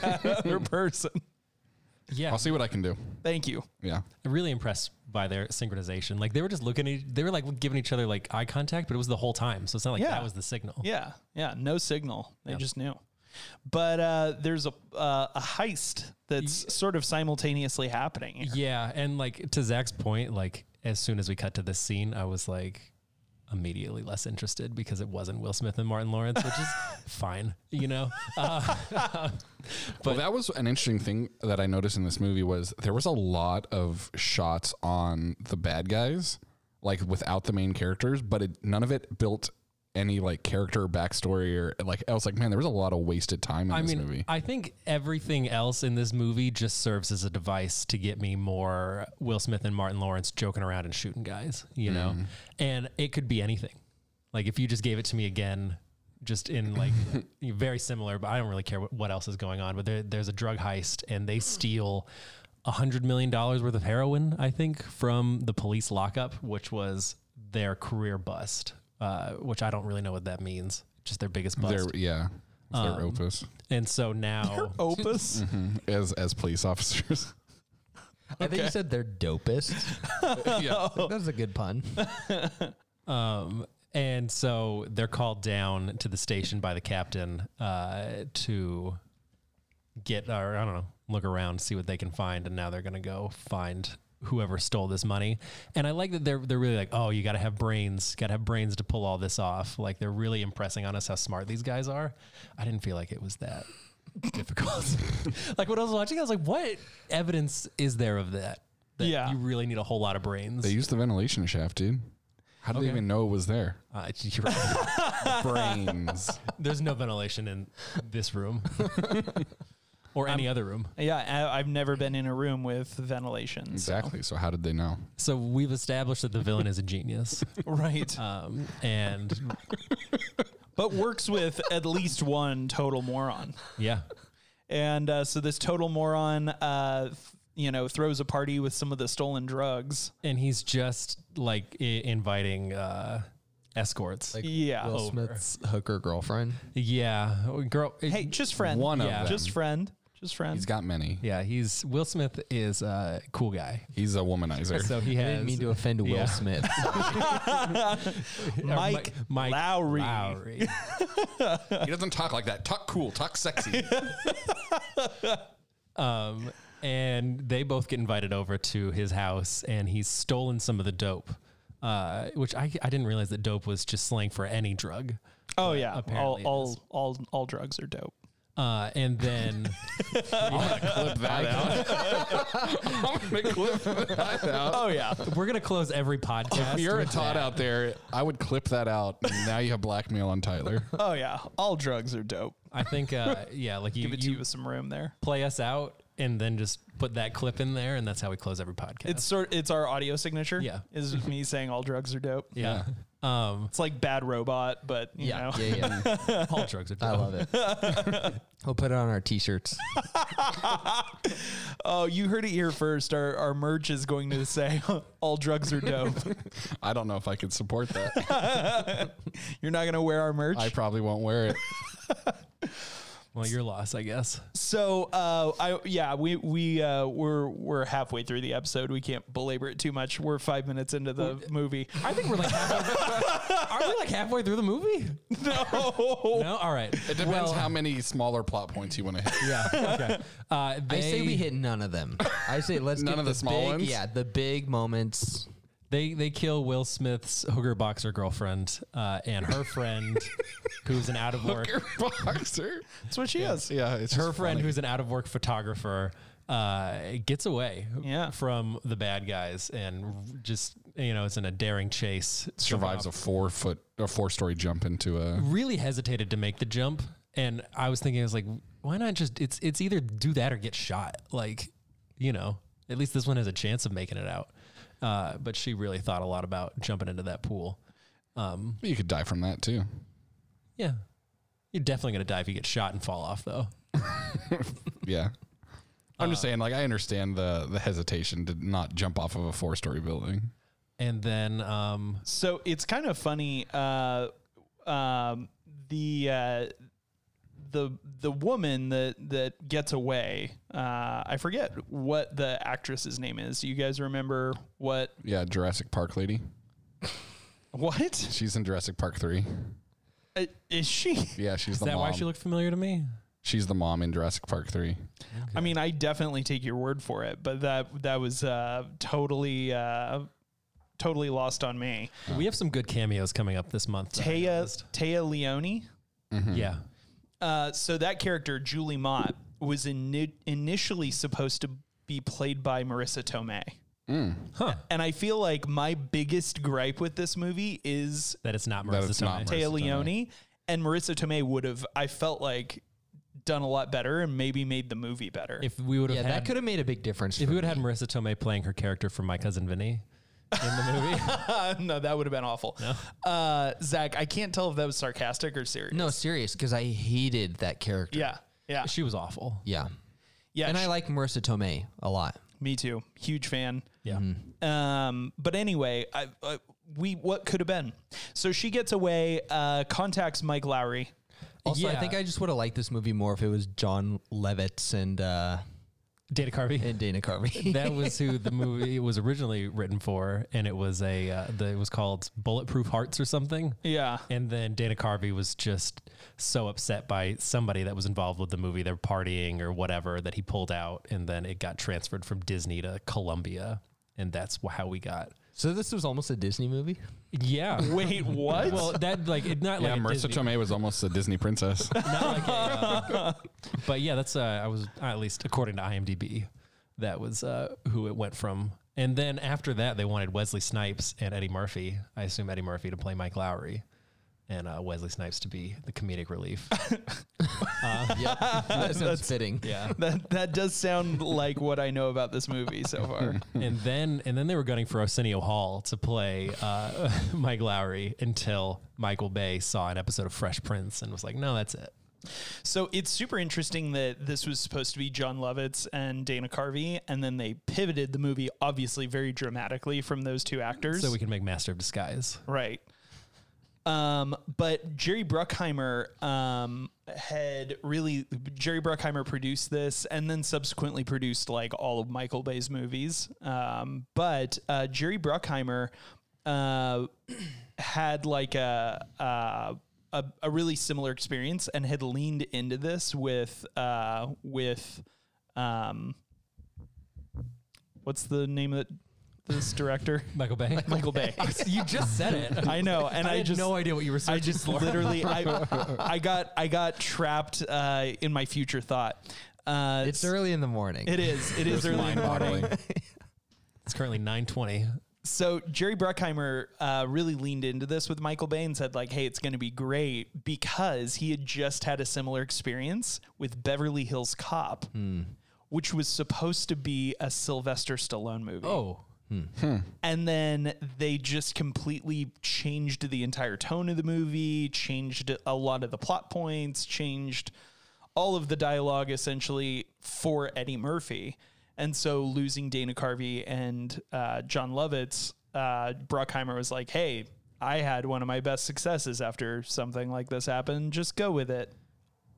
Speaker 6: that other person
Speaker 5: yeah,
Speaker 7: I'll see what I can do.
Speaker 6: thank you
Speaker 7: Yeah.
Speaker 5: I'm really impressed by their synchronization. Like they were just looking, at, each- they were like giving each other like eye contact, but it was the whole time, so it's not like
Speaker 6: Yeah.
Speaker 5: that was the signal.
Speaker 6: yeah yeah no signal they just knew but uh, there's a uh, a heist that's sort of simultaneously happening here.
Speaker 5: Yeah, and like to Zach's point, like as soon as we cut to this scene, I was like immediately less interested because it wasn't Will Smith and Martin Lawrence, which is fine, you know. Uh,
Speaker 7: well, that was an interesting thing that I noticed in this movie was there was a lot of shots on the bad guys, like without the main characters, but it, none of it built any like character backstory or like I was like, man, there was a lot of wasted time in
Speaker 5: I
Speaker 7: this
Speaker 5: mean,
Speaker 7: movie.
Speaker 5: I think everything else in this movie just serves as a device to get me more Will Smith and Martin Lawrence joking around and shooting guys, you know.
Speaker 7: Mm-hmm.
Speaker 5: And it could be anything. Like if you just gave it to me again, just in like very similar, but I don't really care what, what else is going on. But there, there's a drug heist and they steal a hundred million dollars worth of heroin, I think, from the police lockup, which was their career bust. Uh, which I don't really know what that means. Just their biggest bust.
Speaker 7: Their, yeah, it's
Speaker 5: Um,
Speaker 7: their opus
Speaker 5: And so now,
Speaker 6: opus
Speaker 7: Mm-hmm. as as police officers.
Speaker 8: I think you said they're dopest.
Speaker 7: yeah,
Speaker 8: That was a good pun.
Speaker 5: um, and so they're called down to the station by the captain uh, to get, or I don't know, look around, see what they can find, and now they're gonna go find whoever stole this money. And I like that they're they're really like, oh, you gotta have brains, gotta have brains to pull all this off. Like they're really impressing on us how smart these guys are. I didn't feel like it was that difficult. like when I was watching, I was like, what evidence is there of that? That
Speaker 6: Yeah.
Speaker 5: you really need a whole lot of brains.
Speaker 7: they used the ventilation shaft, dude. How did they even know it was there?
Speaker 5: Uh, you're right.
Speaker 7: Brains.
Speaker 5: There's no ventilation in this room or any other room.
Speaker 6: yeah I, i've never been in a room with ventilation so-
Speaker 7: exactly. So how did they know?
Speaker 5: So we've established that the villain is a genius
Speaker 6: right
Speaker 5: um, and
Speaker 6: but works with at least one total moron.
Speaker 5: yeah,
Speaker 6: And uh, so this total moron, uh, th- you know, throws a party with some of the stolen drugs.
Speaker 5: and he's just like I- inviting uh, escorts. Like,
Speaker 6: Yeah.
Speaker 8: Will
Speaker 6: Oh.
Speaker 8: Smith's hooker girlfriend.
Speaker 5: yeah, Oh, girl.
Speaker 6: Hey, just friend.
Speaker 7: One
Speaker 5: Yeah.
Speaker 7: of them.
Speaker 6: Just friend. Just friend.
Speaker 7: He's got many.
Speaker 5: yeah, he's Will Smith is a cool guy.
Speaker 7: He's a womanizer.
Speaker 5: So he
Speaker 8: I
Speaker 5: has
Speaker 8: didn't mean to offend Will
Speaker 5: Yeah.
Speaker 8: Smith.
Speaker 5: or Mi-
Speaker 6: Mike Lowry.
Speaker 5: Lowry.
Speaker 7: he doesn't talk like that. Talk cool. Talk sexy.
Speaker 5: Um, and they both get invited over to his house, and he's stolen some of the dope, uh, which I, I didn't realize that dope was just slang for any drug.
Speaker 6: oh yeah. All
Speaker 5: apparently it
Speaker 6: all,
Speaker 5: is.
Speaker 6: all all drugs are dope.
Speaker 5: Uh, and then
Speaker 7: clip that out. I'm gonna clip that out.
Speaker 6: Oh yeah.
Speaker 5: we're going to close every
Speaker 7: If
Speaker 5: podcast.
Speaker 7: you're a
Speaker 5: with
Speaker 7: Todd
Speaker 5: that.
Speaker 7: out there, I would clip that out. And now you have blackmail on Tyler.
Speaker 6: oh yeah. All drugs are dope.
Speaker 5: I think, uh, yeah, like you,
Speaker 6: Give it to
Speaker 5: you
Speaker 6: you with some room there.
Speaker 5: play us out and then just put that clip in there, and that's how we close every podcast.
Speaker 6: It's sort. It's our audio signature.
Speaker 5: Yeah.
Speaker 6: Is me saying all drugs are dope.
Speaker 5: yeah. Um,
Speaker 6: It's like Bad Robot, but you
Speaker 8: Yeah,
Speaker 6: know.
Speaker 8: yeah, yeah.
Speaker 5: all drugs are.
Speaker 8: I love it. we'll put it on our t-shirts.
Speaker 6: Oh, you heard it here first. Our our merch is going to say all drugs are dope.
Speaker 7: I don't know if I could support that.
Speaker 6: You're not gonna wear our merch.
Speaker 7: I probably won't wear it.
Speaker 5: Well, your loss, I guess.
Speaker 6: So, uh, I yeah, we we uh, we're we're halfway through the episode. We can't belabor it too much. We're five minutes into the movie.
Speaker 5: I think we're like halfway. are we like halfway through the movie?
Speaker 6: No,
Speaker 5: No. All right.
Speaker 7: It depends how many smaller plot points you want to hit.
Speaker 5: Yeah. Okay. Uh, they,
Speaker 8: I say we hit none of them. I say let's
Speaker 7: None
Speaker 8: get
Speaker 7: of the small
Speaker 8: big,
Speaker 7: ones?
Speaker 8: Yeah, the big moments.
Speaker 5: They they kill Will Smith's hooker boxer girlfriend uh, and her friend, who's an out of work
Speaker 7: Boxer.
Speaker 6: that's what she is.
Speaker 7: Yeah, it's
Speaker 5: her friend who's an out of work photographer uh, gets away
Speaker 6: Yeah.
Speaker 5: from the bad guys and just you know it's in a daring chase
Speaker 7: survives a four foot or four story jump into a.
Speaker 5: really hesitated to make the jump and i was thinking i was like why not just it's it's either do that or get shot like you know at least this one has a chance of making it out uh, but she really thought a lot about jumping into that pool
Speaker 7: You could die from that too.
Speaker 5: yeah you're definitely going to die if you get shot and fall off though
Speaker 7: Yeah. I'm
Speaker 5: Uh,
Speaker 7: just saying, like I understand the the hesitation to not jump off of a four story building.
Speaker 5: and then um,
Speaker 6: So it's kind of funny. Uh, um, the uh, the the woman that that gets away. Uh, I forget what the actress's name is. Do you guys remember what
Speaker 7: Yeah, Jurassic Park lady.
Speaker 6: what
Speaker 7: She's in Jurassic Park three.
Speaker 6: Uh, is she?
Speaker 7: Yeah, she's
Speaker 5: is
Speaker 7: the
Speaker 5: that
Speaker 7: mom.
Speaker 5: why she looked familiar to me
Speaker 7: she's the mom in Jurassic Park three.
Speaker 6: I mean, I definitely take your word for it, but that that was uh, totally uh, totally lost on me.
Speaker 5: we have some good cameos coming up this month though, I
Speaker 6: Taya
Speaker 5: noticed.
Speaker 6: Taya Leone.
Speaker 7: Mm-hmm.
Speaker 5: yeah
Speaker 6: Uh, so that character Julie Mott was ini initially supposed to be played by Marissa Tomei.
Speaker 7: Mm.
Speaker 5: Huh.
Speaker 6: And I feel like my biggest gripe with this movie is
Speaker 5: that it's not Marissa
Speaker 7: it's not
Speaker 5: Tomei.
Speaker 7: Marissa.
Speaker 6: Taya
Speaker 7: Tomei.
Speaker 6: Leone, and Marissa Tomei would have. I felt like done a lot better and maybe made the movie better.
Speaker 5: if we would have
Speaker 8: Yeah,
Speaker 5: had
Speaker 8: that could have made a big difference.
Speaker 5: if
Speaker 8: for
Speaker 5: we would
Speaker 8: me.
Speaker 5: have had Marissa Tomei playing her character from My Cousin Vinny in the movie
Speaker 6: no, that would have been awful. Uh, Zach, I can't tell if that was sarcastic or serious.
Speaker 8: no serious because I hated that character.
Speaker 6: Yeah. Yeah.
Speaker 5: she was awful
Speaker 8: Yeah.
Speaker 6: Yeah.
Speaker 8: And I
Speaker 6: sh-
Speaker 8: like Marissa Tomei a lot.
Speaker 6: me too. Huge fan.
Speaker 5: yeah
Speaker 6: Um, but anyway, I, I, we what could have been. So she gets away, uh, contacts Mike Lowry.
Speaker 8: Also, I
Speaker 5: Yeah.
Speaker 8: think I just would have liked this movie more if it was John Levitz and uh,
Speaker 5: Data Carvey
Speaker 8: and Dana Carvey.
Speaker 5: that was who the movie was originally written for and it was a uh, the, it was called Bulletproof Hearts or something
Speaker 6: Yeah.
Speaker 5: and then Dana Carvey was just so upset by somebody that was involved with the movie they're partying or whatever that he pulled out and then it got transferred from Disney to Columbia and that's wh- how we got
Speaker 8: so this was almost a Disney movie.
Speaker 5: yeah
Speaker 6: Wait, what?
Speaker 5: well that like it not
Speaker 7: Yeah,
Speaker 5: like a
Speaker 7: Marissa
Speaker 5: Disney-
Speaker 7: Tomei was almost a Disney princess.
Speaker 5: Not like a, uh, but yeah, that's uh, I was at least according to IMDb, that was uh, who it went from. And then after that, they wanted Wesley Snipes and Eddie Murphy. I assume Eddie Murphy to play Mike Lowry, and uh, Wesley Snipes to be the comedic relief.
Speaker 8: That sounds fitting.
Speaker 5: yeah,
Speaker 6: that that does sound like what I know about this movie so far.
Speaker 5: and then and then they were gunning for Arsenio Hall to play uh, Mike Lowry until Michael Bay saw an episode of Fresh Prince and was like, "No, that's it."
Speaker 6: So it's super interesting that this was supposed to be John Lovitz and Dana Carvey, and then they pivoted the movie obviously very dramatically from those two actors.
Speaker 5: So we can make Master of Disguise.
Speaker 6: right. Um, but Jerry Bruckheimer um, had really Jerry Bruckheimer produced this, and then subsequently produced like all of Michael Bay's movies. Um, but uh, Jerry Bruckheimer uh, had like a, uh, a a really similar experience and had leaned into this with uh, with um, what's the name of the, this director?
Speaker 5: Michael Bay.
Speaker 6: Michael Bay.
Speaker 5: you just said it.
Speaker 6: I know, and I,
Speaker 5: I had
Speaker 6: just
Speaker 5: no idea what you were
Speaker 6: I
Speaker 5: searching
Speaker 6: just
Speaker 5: for.
Speaker 6: literally I I got I got trapped uh, in my future thought. Uh,
Speaker 8: It's early in the morning.
Speaker 6: It is. It is early in the morning.
Speaker 5: It's currently nine twenty.
Speaker 6: So Jerry Bruckheimer uh, really leaned into this with Michael Bay and said, like, "Hey, it's going to be great," because he had just had a similar experience with Beverly
Speaker 5: Hmm.
Speaker 6: Hills Cop, which was supposed to be a Sylvester Stallone movie.
Speaker 5: Oh,
Speaker 6: And then they just completely changed the entire tone of the movie, changed a lot of the plot points, changed all of the dialogue essentially for Eddie Murphy. And so losing Dana Carvey and uh, John Lovitz, uh, Bruckheimer was like, hey, I had one of my best successes after something like this happened. Just go with it,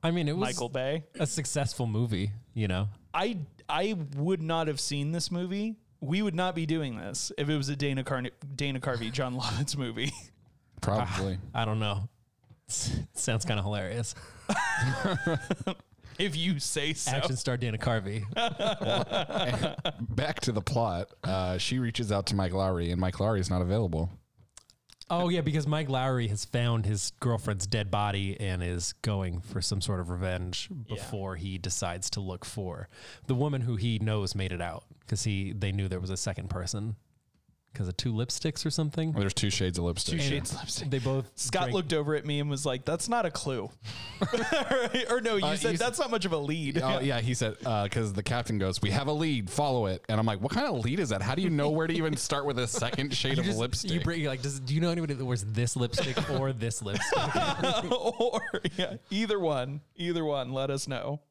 Speaker 5: I mean, it was
Speaker 6: Michael Bay.
Speaker 5: a successful movie, you know.
Speaker 6: I I would not have seen this movie. We would not be doing this if it was a Dana Carne Dana Carvey John Lovitz movie.
Speaker 7: Probably.
Speaker 5: I don't know. sounds kind of hilarious.
Speaker 6: if you say so.
Speaker 5: Action star Dana Carvey.
Speaker 7: Back to the plot. Uh, she reaches out to Mike Lowry, and Mike Lowry is not available.
Speaker 5: Oh yeah, because Mike Lowry has found his girlfriend's dead body and is going for some sort of revenge before he decides to look for the woman who he knows made it out because he they knew there was a second person because of two lipsticks or something.
Speaker 7: Well, there's two shades of lipstick.
Speaker 5: And
Speaker 6: Shades lipstick.
Speaker 5: They both
Speaker 6: Scott
Speaker 5: drank-
Speaker 6: looked over at me and was like, "That's not a clue," Right? or no, you
Speaker 7: Uh,
Speaker 6: said
Speaker 7: you-
Speaker 6: that's not much of a lead.
Speaker 7: Oh yeah, he said because the captain goes, "We have a lead, follow it." And I'm like, "What kind of lead is that? How do you know where to even start with a second shade
Speaker 5: You
Speaker 7: of
Speaker 5: just-
Speaker 7: lipstick?"
Speaker 5: You bring, you're like, does, do you know anybody that wears this lipstick or this lipstick?
Speaker 6: or yeah, either one, either one. Let us know.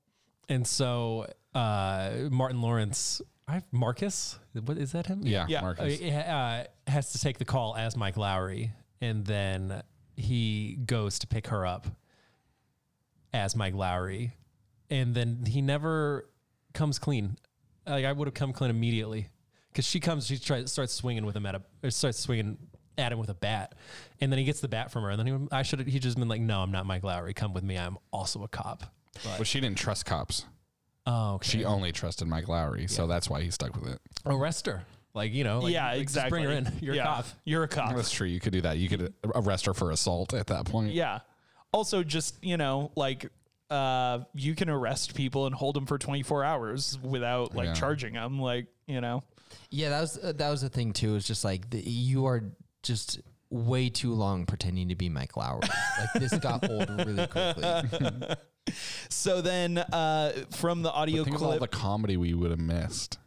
Speaker 5: And so uh, Martin Lawrence, I Marcus, what is that him?
Speaker 7: yeah,
Speaker 6: Yeah.
Speaker 5: Uh,
Speaker 7: Marcus.
Speaker 5: uh, has to take the call as Mike Lowry, and then he goes to pick her up as Mike Lowry, and then he never comes clean. Like I would have come clean immediately because she comes, she tries starts swinging with him at a, or starts swinging at him with a bat, and then he gets the bat from her, and then he, I should he just been like, no, I'm not Mike Lowry. Come with me. I'm also a cop.
Speaker 7: But she didn't trust cops.
Speaker 5: Oh, okay.
Speaker 7: She only trusted Mike Lowry, so that's why he stuck with it.
Speaker 5: arrest her. Like you know, like,
Speaker 6: yeah,
Speaker 5: like, just
Speaker 6: exactly.
Speaker 5: bring her in. You're
Speaker 6: Yeah,
Speaker 5: a cop.
Speaker 6: You're a cop.
Speaker 7: That's true. You could do that. You could arrest her for assault at that point.
Speaker 6: Yeah. Also, just you know, like uh, you can arrest people and hold them for 24 hours without like
Speaker 7: Yeah.
Speaker 6: charging them. Like you know,
Speaker 8: Yeah, that was uh, that was the thing too. Is just like the, you are just way too long pretending to be Mike Lowry. like this got old really quickly.
Speaker 6: So then, uh, from the audio
Speaker 7: Think of all
Speaker 6: clip,
Speaker 7: the comedy we would have missed.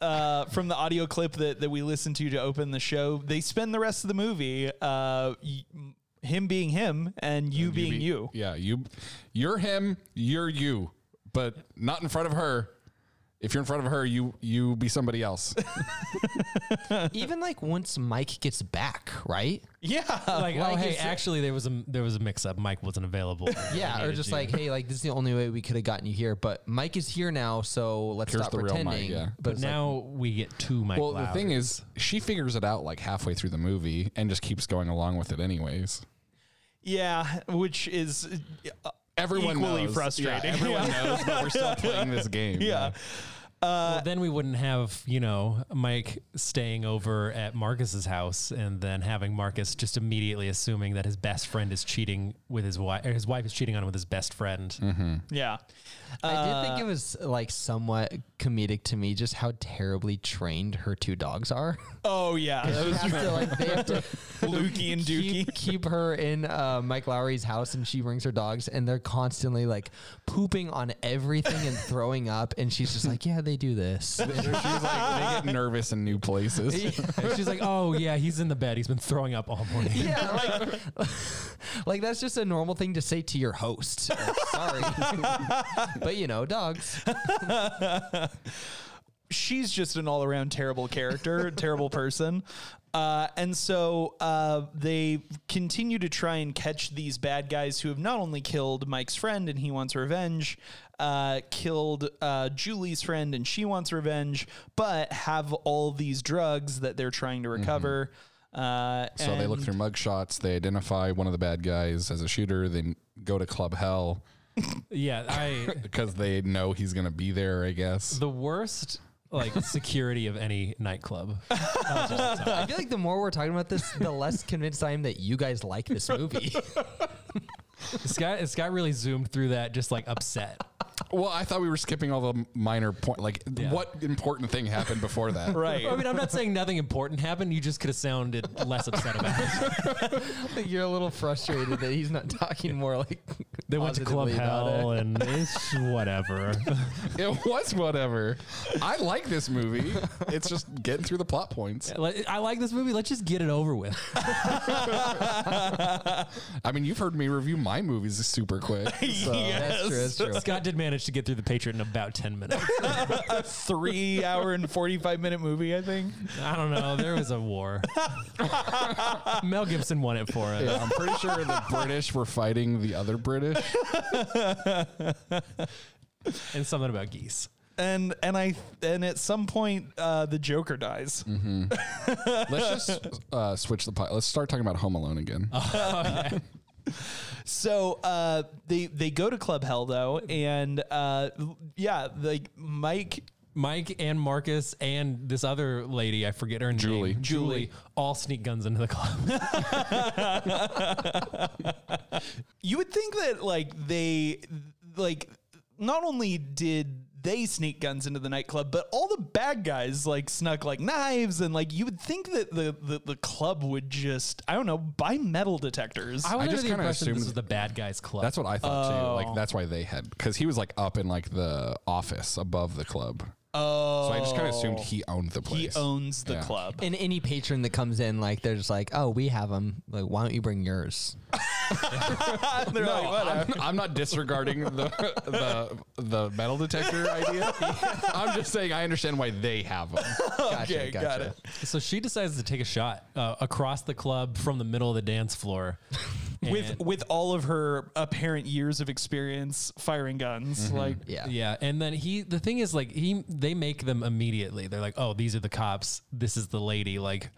Speaker 6: uh, from the audio clip that, that we listened to to open the show, they spend the rest of the movie, uh, y- him being him and you being
Speaker 7: be-
Speaker 6: you.
Speaker 7: Yeah, you, you're him. You're you, but not in front of her. If you're in front of her, you you be somebody else.
Speaker 8: Even like once Mike gets back, right?
Speaker 6: Yeah,
Speaker 5: like, oh hey,
Speaker 8: it's-
Speaker 5: actually there was a there was a mix up. Mike wasn't available.
Speaker 8: Yeah, or
Speaker 5: needed
Speaker 8: just
Speaker 5: you.
Speaker 8: like, hey, like this is the only way we could have gotten you here, but Mike is here now, so let's
Speaker 7: Here's
Speaker 8: stop
Speaker 7: the real Mike,
Speaker 8: pretending.
Speaker 7: yeah.
Speaker 8: But,
Speaker 5: But now we get two Mike.
Speaker 7: well, the thing
Speaker 5: Lowrys.
Speaker 7: is, she figures it out like halfway through the movie and just keeps going along with it anyways.
Speaker 6: yeah, which is uh,
Speaker 7: Everyone
Speaker 6: equally
Speaker 7: knows.
Speaker 6: frustrating.
Speaker 7: Yeah, everyone knows, but we're still playing this game.
Speaker 6: Yeah.
Speaker 8: Uh,
Speaker 5: Well, then we wouldn't have you know Mike staying over at Marcus's house and then having Marcus just immediately assuming that his best friend is cheating with his wife, or his wife is cheating on him with his best friend.
Speaker 7: Mm-hmm.
Speaker 6: yeah. Uh,
Speaker 8: I did
Speaker 5: uh,
Speaker 8: think it was like somewhat comedic to me just how terribly trained her two dogs are.
Speaker 6: Oh yeah, that
Speaker 8: They
Speaker 6: was
Speaker 8: have to, like, they have to
Speaker 6: Lukey and Dookie.
Speaker 8: Keep, keep her in uh, Mike Lowry's house and she brings her dogs and they're constantly like pooping on everything and throwing up and she's just like, yeah, they do this.
Speaker 7: She was like, they get nervous in new places.
Speaker 5: And she's like, oh yeah, he's in the bed. He's been throwing up all morning.
Speaker 8: yeah, like, like that's just a normal thing to say to your host. Like, sorry, but you know, dogs.
Speaker 6: she's just an all around terrible character, terrible person. Uh, and so uh, they continue to try and catch these bad guys who have not only killed Mike's friend and he wants revenge, uh, killed uh, Julie's friend and she wants revenge, but have all these drugs that they're trying to recover. Uh,
Speaker 7: Mm-hmm. So they look
Speaker 6: and-
Speaker 7: through mugshots. They identify one of the bad guys as a shooter. They go to Club Hell
Speaker 5: yeah. I
Speaker 7: because they know he's going to be there, I guess.
Speaker 5: the worst like security of any nightclub.
Speaker 8: I feel like the more we're talking about this, the less convinced I am that you guys like this movie.
Speaker 5: Scott Scott really zoomed through that, just like upset.
Speaker 7: Well, I thought we were skipping all the minor point. Like, what important thing happened before that?
Speaker 6: Right.
Speaker 5: I mean, I'm not saying nothing important happened. You just could have sounded less upset about it.
Speaker 8: You're a little frustrated that he's not talking more like
Speaker 5: They went to Club
Speaker 8: positively about
Speaker 5: Hell
Speaker 8: it.
Speaker 5: and it's whatever.
Speaker 7: It was whatever. I like this movie. It's just getting through the plot points.
Speaker 5: Like, I like this movie. Let's just get it over with.
Speaker 7: I mean, you've heard me review my movies super quick. So.
Speaker 8: Oh, That's true. That's true.
Speaker 5: Scott did manage to get through the Patriot in about 10 minutes.
Speaker 6: a three hour and 45 minute movie, I think.
Speaker 5: I don't know. There was a war. Mel Gibson won it for us.
Speaker 7: Yeah, I'm pretty sure the British were fighting the other British.
Speaker 5: And something about geese.
Speaker 6: And and I and at some point uh, the Joker dies.
Speaker 7: Let's just uh, switch the pot. Let's start talking about Home Alone again.
Speaker 6: So uh, they they go to Club Hell though, and uh, yeah, like Mike
Speaker 5: Mike and Marcus and this other lady, I forget her
Speaker 7: Julie.
Speaker 5: name. Julie. Julie. All sneak guns into the club.
Speaker 6: you would think that like they like not only did they sneak guns into the nightclub but all the bad guys like snuck like knives and like you would think that the the, the club would just i don't know buy metal detectors
Speaker 5: I was under
Speaker 7: just
Speaker 5: the
Speaker 7: kinda
Speaker 5: impression this
Speaker 7: assumed-
Speaker 5: was the bad guys club.
Speaker 7: That's what I thought too. Like that's why they had because he was like up in like the office above the club. Oh, so I just kind of assumed he owned the
Speaker 6: he
Speaker 7: place.
Speaker 6: owns the
Speaker 7: Yeah.
Speaker 6: club
Speaker 8: And any patron that comes in, like they're just like, "Oh, we have them. Like, why don't you bring yours?"
Speaker 6: They're like,
Speaker 7: No, I'm, I'm not disregarding the, the the metal detector idea. I'm just saying I understand why they have them.
Speaker 8: Gotcha,
Speaker 6: okay
Speaker 8: gotcha.
Speaker 6: got it
Speaker 5: so she decides to take a shot uh, across the club from the middle of the dance floor.
Speaker 6: with
Speaker 5: And-
Speaker 6: with all of her apparent years of experience firing guns like
Speaker 8: Yeah.
Speaker 5: Mm-hmm. Yeah, and then he the thing is like he they make them immediately. They're like, "Oh, these are the cops. This is the lady." Like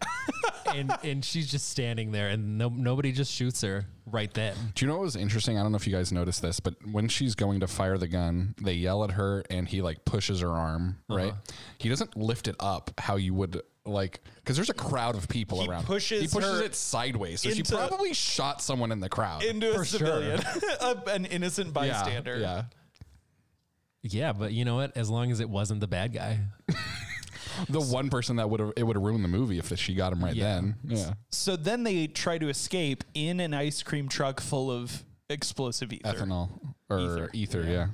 Speaker 5: and and she's just standing there and no, nobody just shoots her right then.
Speaker 7: Do you know what was interesting? I don't know if you guys noticed this, but when she's going to fire the gun, they yell at her and he like pushes her arm,
Speaker 6: Uh-huh.
Speaker 7: right? He doesn't lift it up how you would like because there's a crowd of people
Speaker 6: He
Speaker 7: around.
Speaker 6: pushes
Speaker 7: he pushes
Speaker 6: her
Speaker 7: it sideways. So she
Speaker 6: into-
Speaker 7: probably shot someone in the crowd.
Speaker 6: into a civilian A- an innocent bystander
Speaker 7: Yeah.
Speaker 5: Yeah, but you know what? As long as it wasn't the bad guy.
Speaker 7: The one person that would have it would have ruined the movie if she got him right then. Yeah.
Speaker 6: So then they try to escape in an ice cream truck full of explosive ether.
Speaker 7: Ethanol or ether, yeah.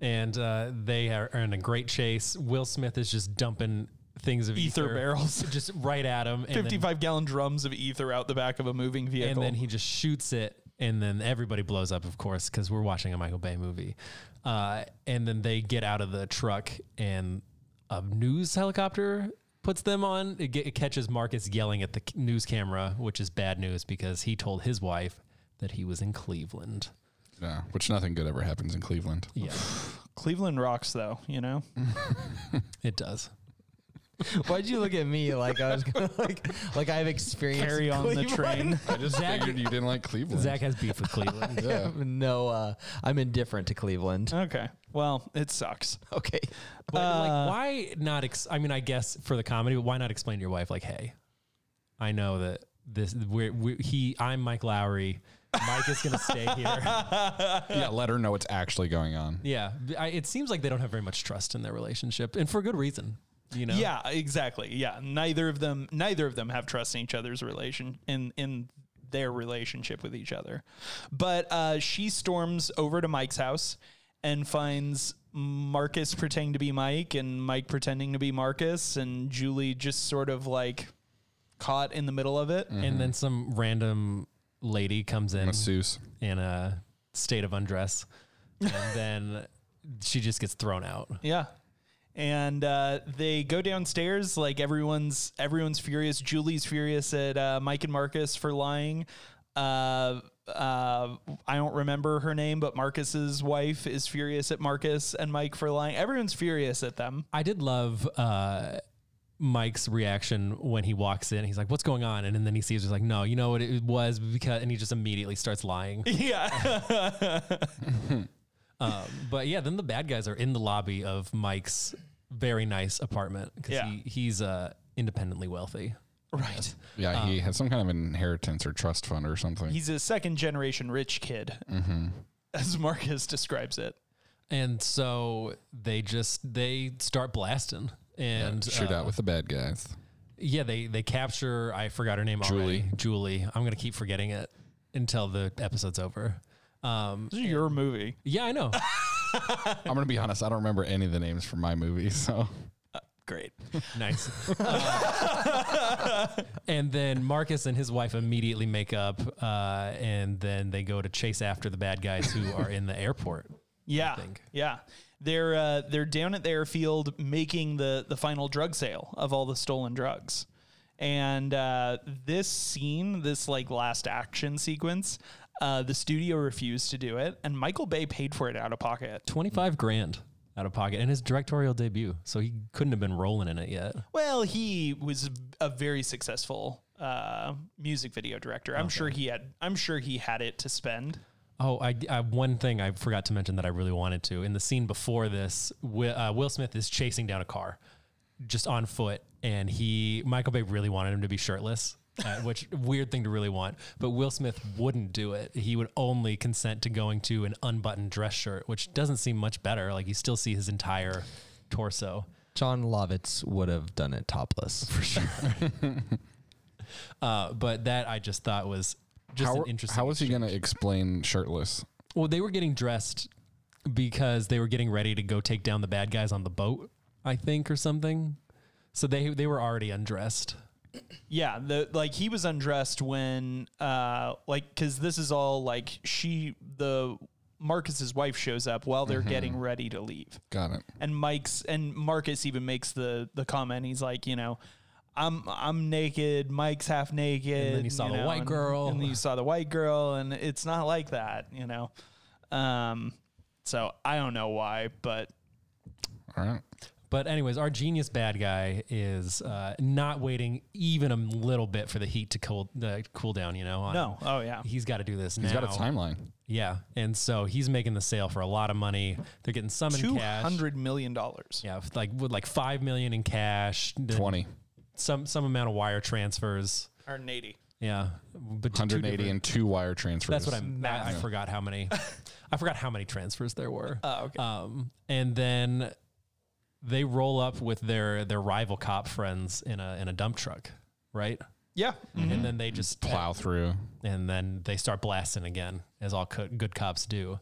Speaker 5: And uh, they are, are in a great chase. Will Smith is just dumping things of ether,
Speaker 6: Ether barrels.
Speaker 5: just right at him. and then-
Speaker 6: 55 gallon drums of ether out the back of a moving
Speaker 5: and
Speaker 6: vehicle.
Speaker 5: then he just shoots it and then everybody blows up of course because we're watching a michael bay movie uh, and then they get out of the truck and a news helicopter puts them on it, ge- it catches marcus yelling at the c- news camera which is bad news because he told his wife that he was in cleveland
Speaker 7: Yeah. Which nothing good ever happens in Cleveland.
Speaker 5: yeah
Speaker 6: Cleveland rocks, though, you know?
Speaker 5: Mm. it does
Speaker 8: Why'd you look at me like I was gonna, like like I've experienced
Speaker 6: Carry on the train.
Speaker 7: I just
Speaker 5: Zach-
Speaker 7: figured you didn't like Cleveland.
Speaker 5: zach has beef with cleveland
Speaker 7: yeah.
Speaker 8: no, uh, I'm indifferent to Cleveland.
Speaker 6: okay. Well, it sucks.
Speaker 8: Okay,
Speaker 5: but
Speaker 6: Uh,
Speaker 5: like why not ex- i mean i guess for the comedy but why not explain to your wife like hey i know that this we're, we he i'm mike lowry mike is gonna stay here
Speaker 7: yeah, let her know what's actually going on.
Speaker 5: yeah I, it seems like they don't have very much trust in their relationship and for good reason you know
Speaker 6: Yeah, exactly. Yeah. Neither of them neither of them have trust in each other's relation in in their relationship with each other. But uh, she storms over to Mike's house and finds Marcus pretending to be Mike and Mike pretending to be Marcus and Julie just sort of like caught in the middle of it.
Speaker 5: and then some random lady comes in
Speaker 7: Masseuse.
Speaker 5: in a state of undress and then she just gets thrown out
Speaker 6: Yeah. And uh, they go downstairs. Like everyone's everyone's furious. Julie's furious at uh, Mike and Marcus for lying. Uh, uh, I don't remember her name, but Marcus's wife is furious at Marcus and Mike for lying. Everyone's furious at them.
Speaker 5: I did love uh, Mike's reaction when he walks in. He's like, "What's going on?" And, then he sees, he's like, "No, you know what it was because," and he just immediately starts lying.
Speaker 6: Yeah.
Speaker 5: but yeah, then the bad guys are in the lobby of Mike's very nice apartment because
Speaker 6: Yeah.
Speaker 5: he, he's uh, independently wealthy.
Speaker 6: right.
Speaker 7: Yeah, he
Speaker 5: Um,
Speaker 7: had some kind of inheritance or trust fund or something.
Speaker 5: Mm-hmm.
Speaker 6: He's a second generation rich kid, as Marcus describes it.
Speaker 5: And so they just they start blasting and
Speaker 7: Shoot
Speaker 5: uh,
Speaker 7: out with the bad guys.
Speaker 5: yeah, they they capture. I forgot her name already. Julie. I'm gonna keep forgetting it until the episode's over. Um,
Speaker 6: This is your movie.
Speaker 5: yeah, I know.
Speaker 7: I'm gonna be honest. I don't remember any of the names from my movie. So
Speaker 6: Great.
Speaker 5: nice. Uh, and then Marcus and his wife immediately make up, uh, and then they go to chase after the bad guys who are in the airport.
Speaker 6: Yeah. Yeah. They're uh, they're down at the airfield making the the final drug sale of all the stolen drugs. And uh, this scene, this like last action sequence, uh, the studio refused to do it, and Michael Bay paid for it out of pocket.
Speaker 5: Twenty five grand out of pocket, and his directorial debut, so he couldn't have been rolling in it yet.
Speaker 6: Well, he was a very successful uh, music video director. I'm sure he had. I'm sure he had it to spend.
Speaker 5: Oh, I, I one thing I forgot to mention that I really wanted to in the scene before this, Will, uh, Will Smith is chasing down a car, just on foot, and he Michael Bay really wanted him to be shirtless, uh, which weird thing to really want, but Will Smith wouldn't do it. He would only consent to going to an unbuttoned dress shirt, which doesn't seem much better. Like you still see his entire torso.
Speaker 8: John Lovitz would have done it topless. For sure.
Speaker 5: Uh, but that I just thought was just
Speaker 7: how
Speaker 5: an interesting.
Speaker 7: how is he gonna explain shirtless?
Speaker 5: Well, they were getting dressed because they were getting ready to go take down the bad guys on the boat, I think, or something. So they they were already undressed.
Speaker 6: Yeah, the like he was undressed when uh like cuz this is all like she the Marcus's wife shows up while
Speaker 5: Mm-hmm.
Speaker 6: they're getting ready to leave.
Speaker 7: Got it.
Speaker 6: And Mike's and Marcus even makes the the comment he's like, you know, I'm I'm naked, Mike's half naked. And
Speaker 5: then you saw the white girl.
Speaker 6: And, then you saw the white girl and it's not like that, you know. Um so I don't know why, but
Speaker 7: All right.
Speaker 5: But anyways, our genius bad guy is uh, not waiting even a little bit for the heat to cool the cool down. You know, on,
Speaker 6: no. Oh yeah.
Speaker 5: he's got to do this
Speaker 7: He's
Speaker 5: now.
Speaker 7: got a timeline.
Speaker 5: Yeah, and so he's making the sale for a lot of money. They're getting some in
Speaker 6: Two
Speaker 5: cash.
Speaker 6: hundred million dollars.
Speaker 5: Yeah, with like with like five million in cash, then
Speaker 7: Twenty.
Speaker 5: some some amount of wire transfers.
Speaker 6: Or eighty.
Speaker 5: Yeah, but two
Speaker 7: 180
Speaker 5: different-
Speaker 7: and two wire transfers.
Speaker 5: That's what I'm. I, I forgot how many. I forgot how many transfers there were.
Speaker 6: Oh, okay.
Speaker 5: Um, and then they roll up with their their rival cop friends in a in a dump truck, right?
Speaker 6: Yeah.
Speaker 5: And then they just
Speaker 7: plow through.
Speaker 5: and then they start blasting again, as all co- good cops do.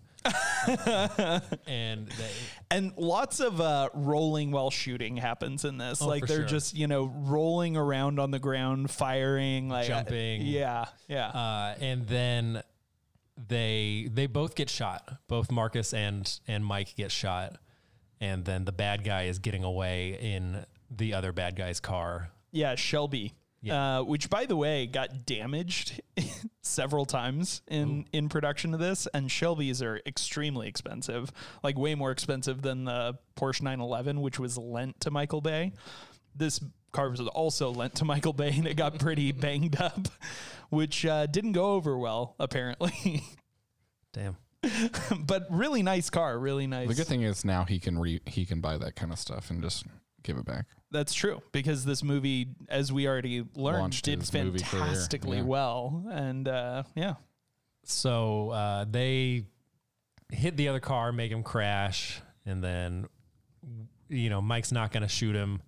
Speaker 5: and they,
Speaker 6: And lots of uh, rolling while shooting happens in this. like
Speaker 5: Oh, for
Speaker 6: they're
Speaker 5: sure.
Speaker 6: just you know rolling around on the ground, firing, like
Speaker 5: Jumping.
Speaker 6: yeah, yeah.
Speaker 5: uh, and then they they both get shot. Both Marcus and and Mike get shot, and then the bad guy is getting away in the other bad guy's car.
Speaker 6: Yeah, Shelby.
Speaker 5: Yeah.
Speaker 6: Uh, which, by the way, got damaged several times in in production of this, and Shelbys are extremely expensive, like way more expensive than the Porsche 911, which was lent to Michael Bay. This car was also lent to Michael Bay, and it got pretty banged up, which uh, didn't go over well apparently.
Speaker 5: Damn.
Speaker 6: but really nice car, really nice.
Speaker 7: The good thing is now he can re he can buy that kind of stuff and just give it back.
Speaker 6: That's true because this movie, as we already learned,
Speaker 7: Launched
Speaker 6: did
Speaker 7: his movie career,
Speaker 6: fantastically
Speaker 7: yeah.
Speaker 6: well, and uh, yeah.
Speaker 5: So uh, they hit the other car, make him crash, and then you know Mike's not going to shoot him,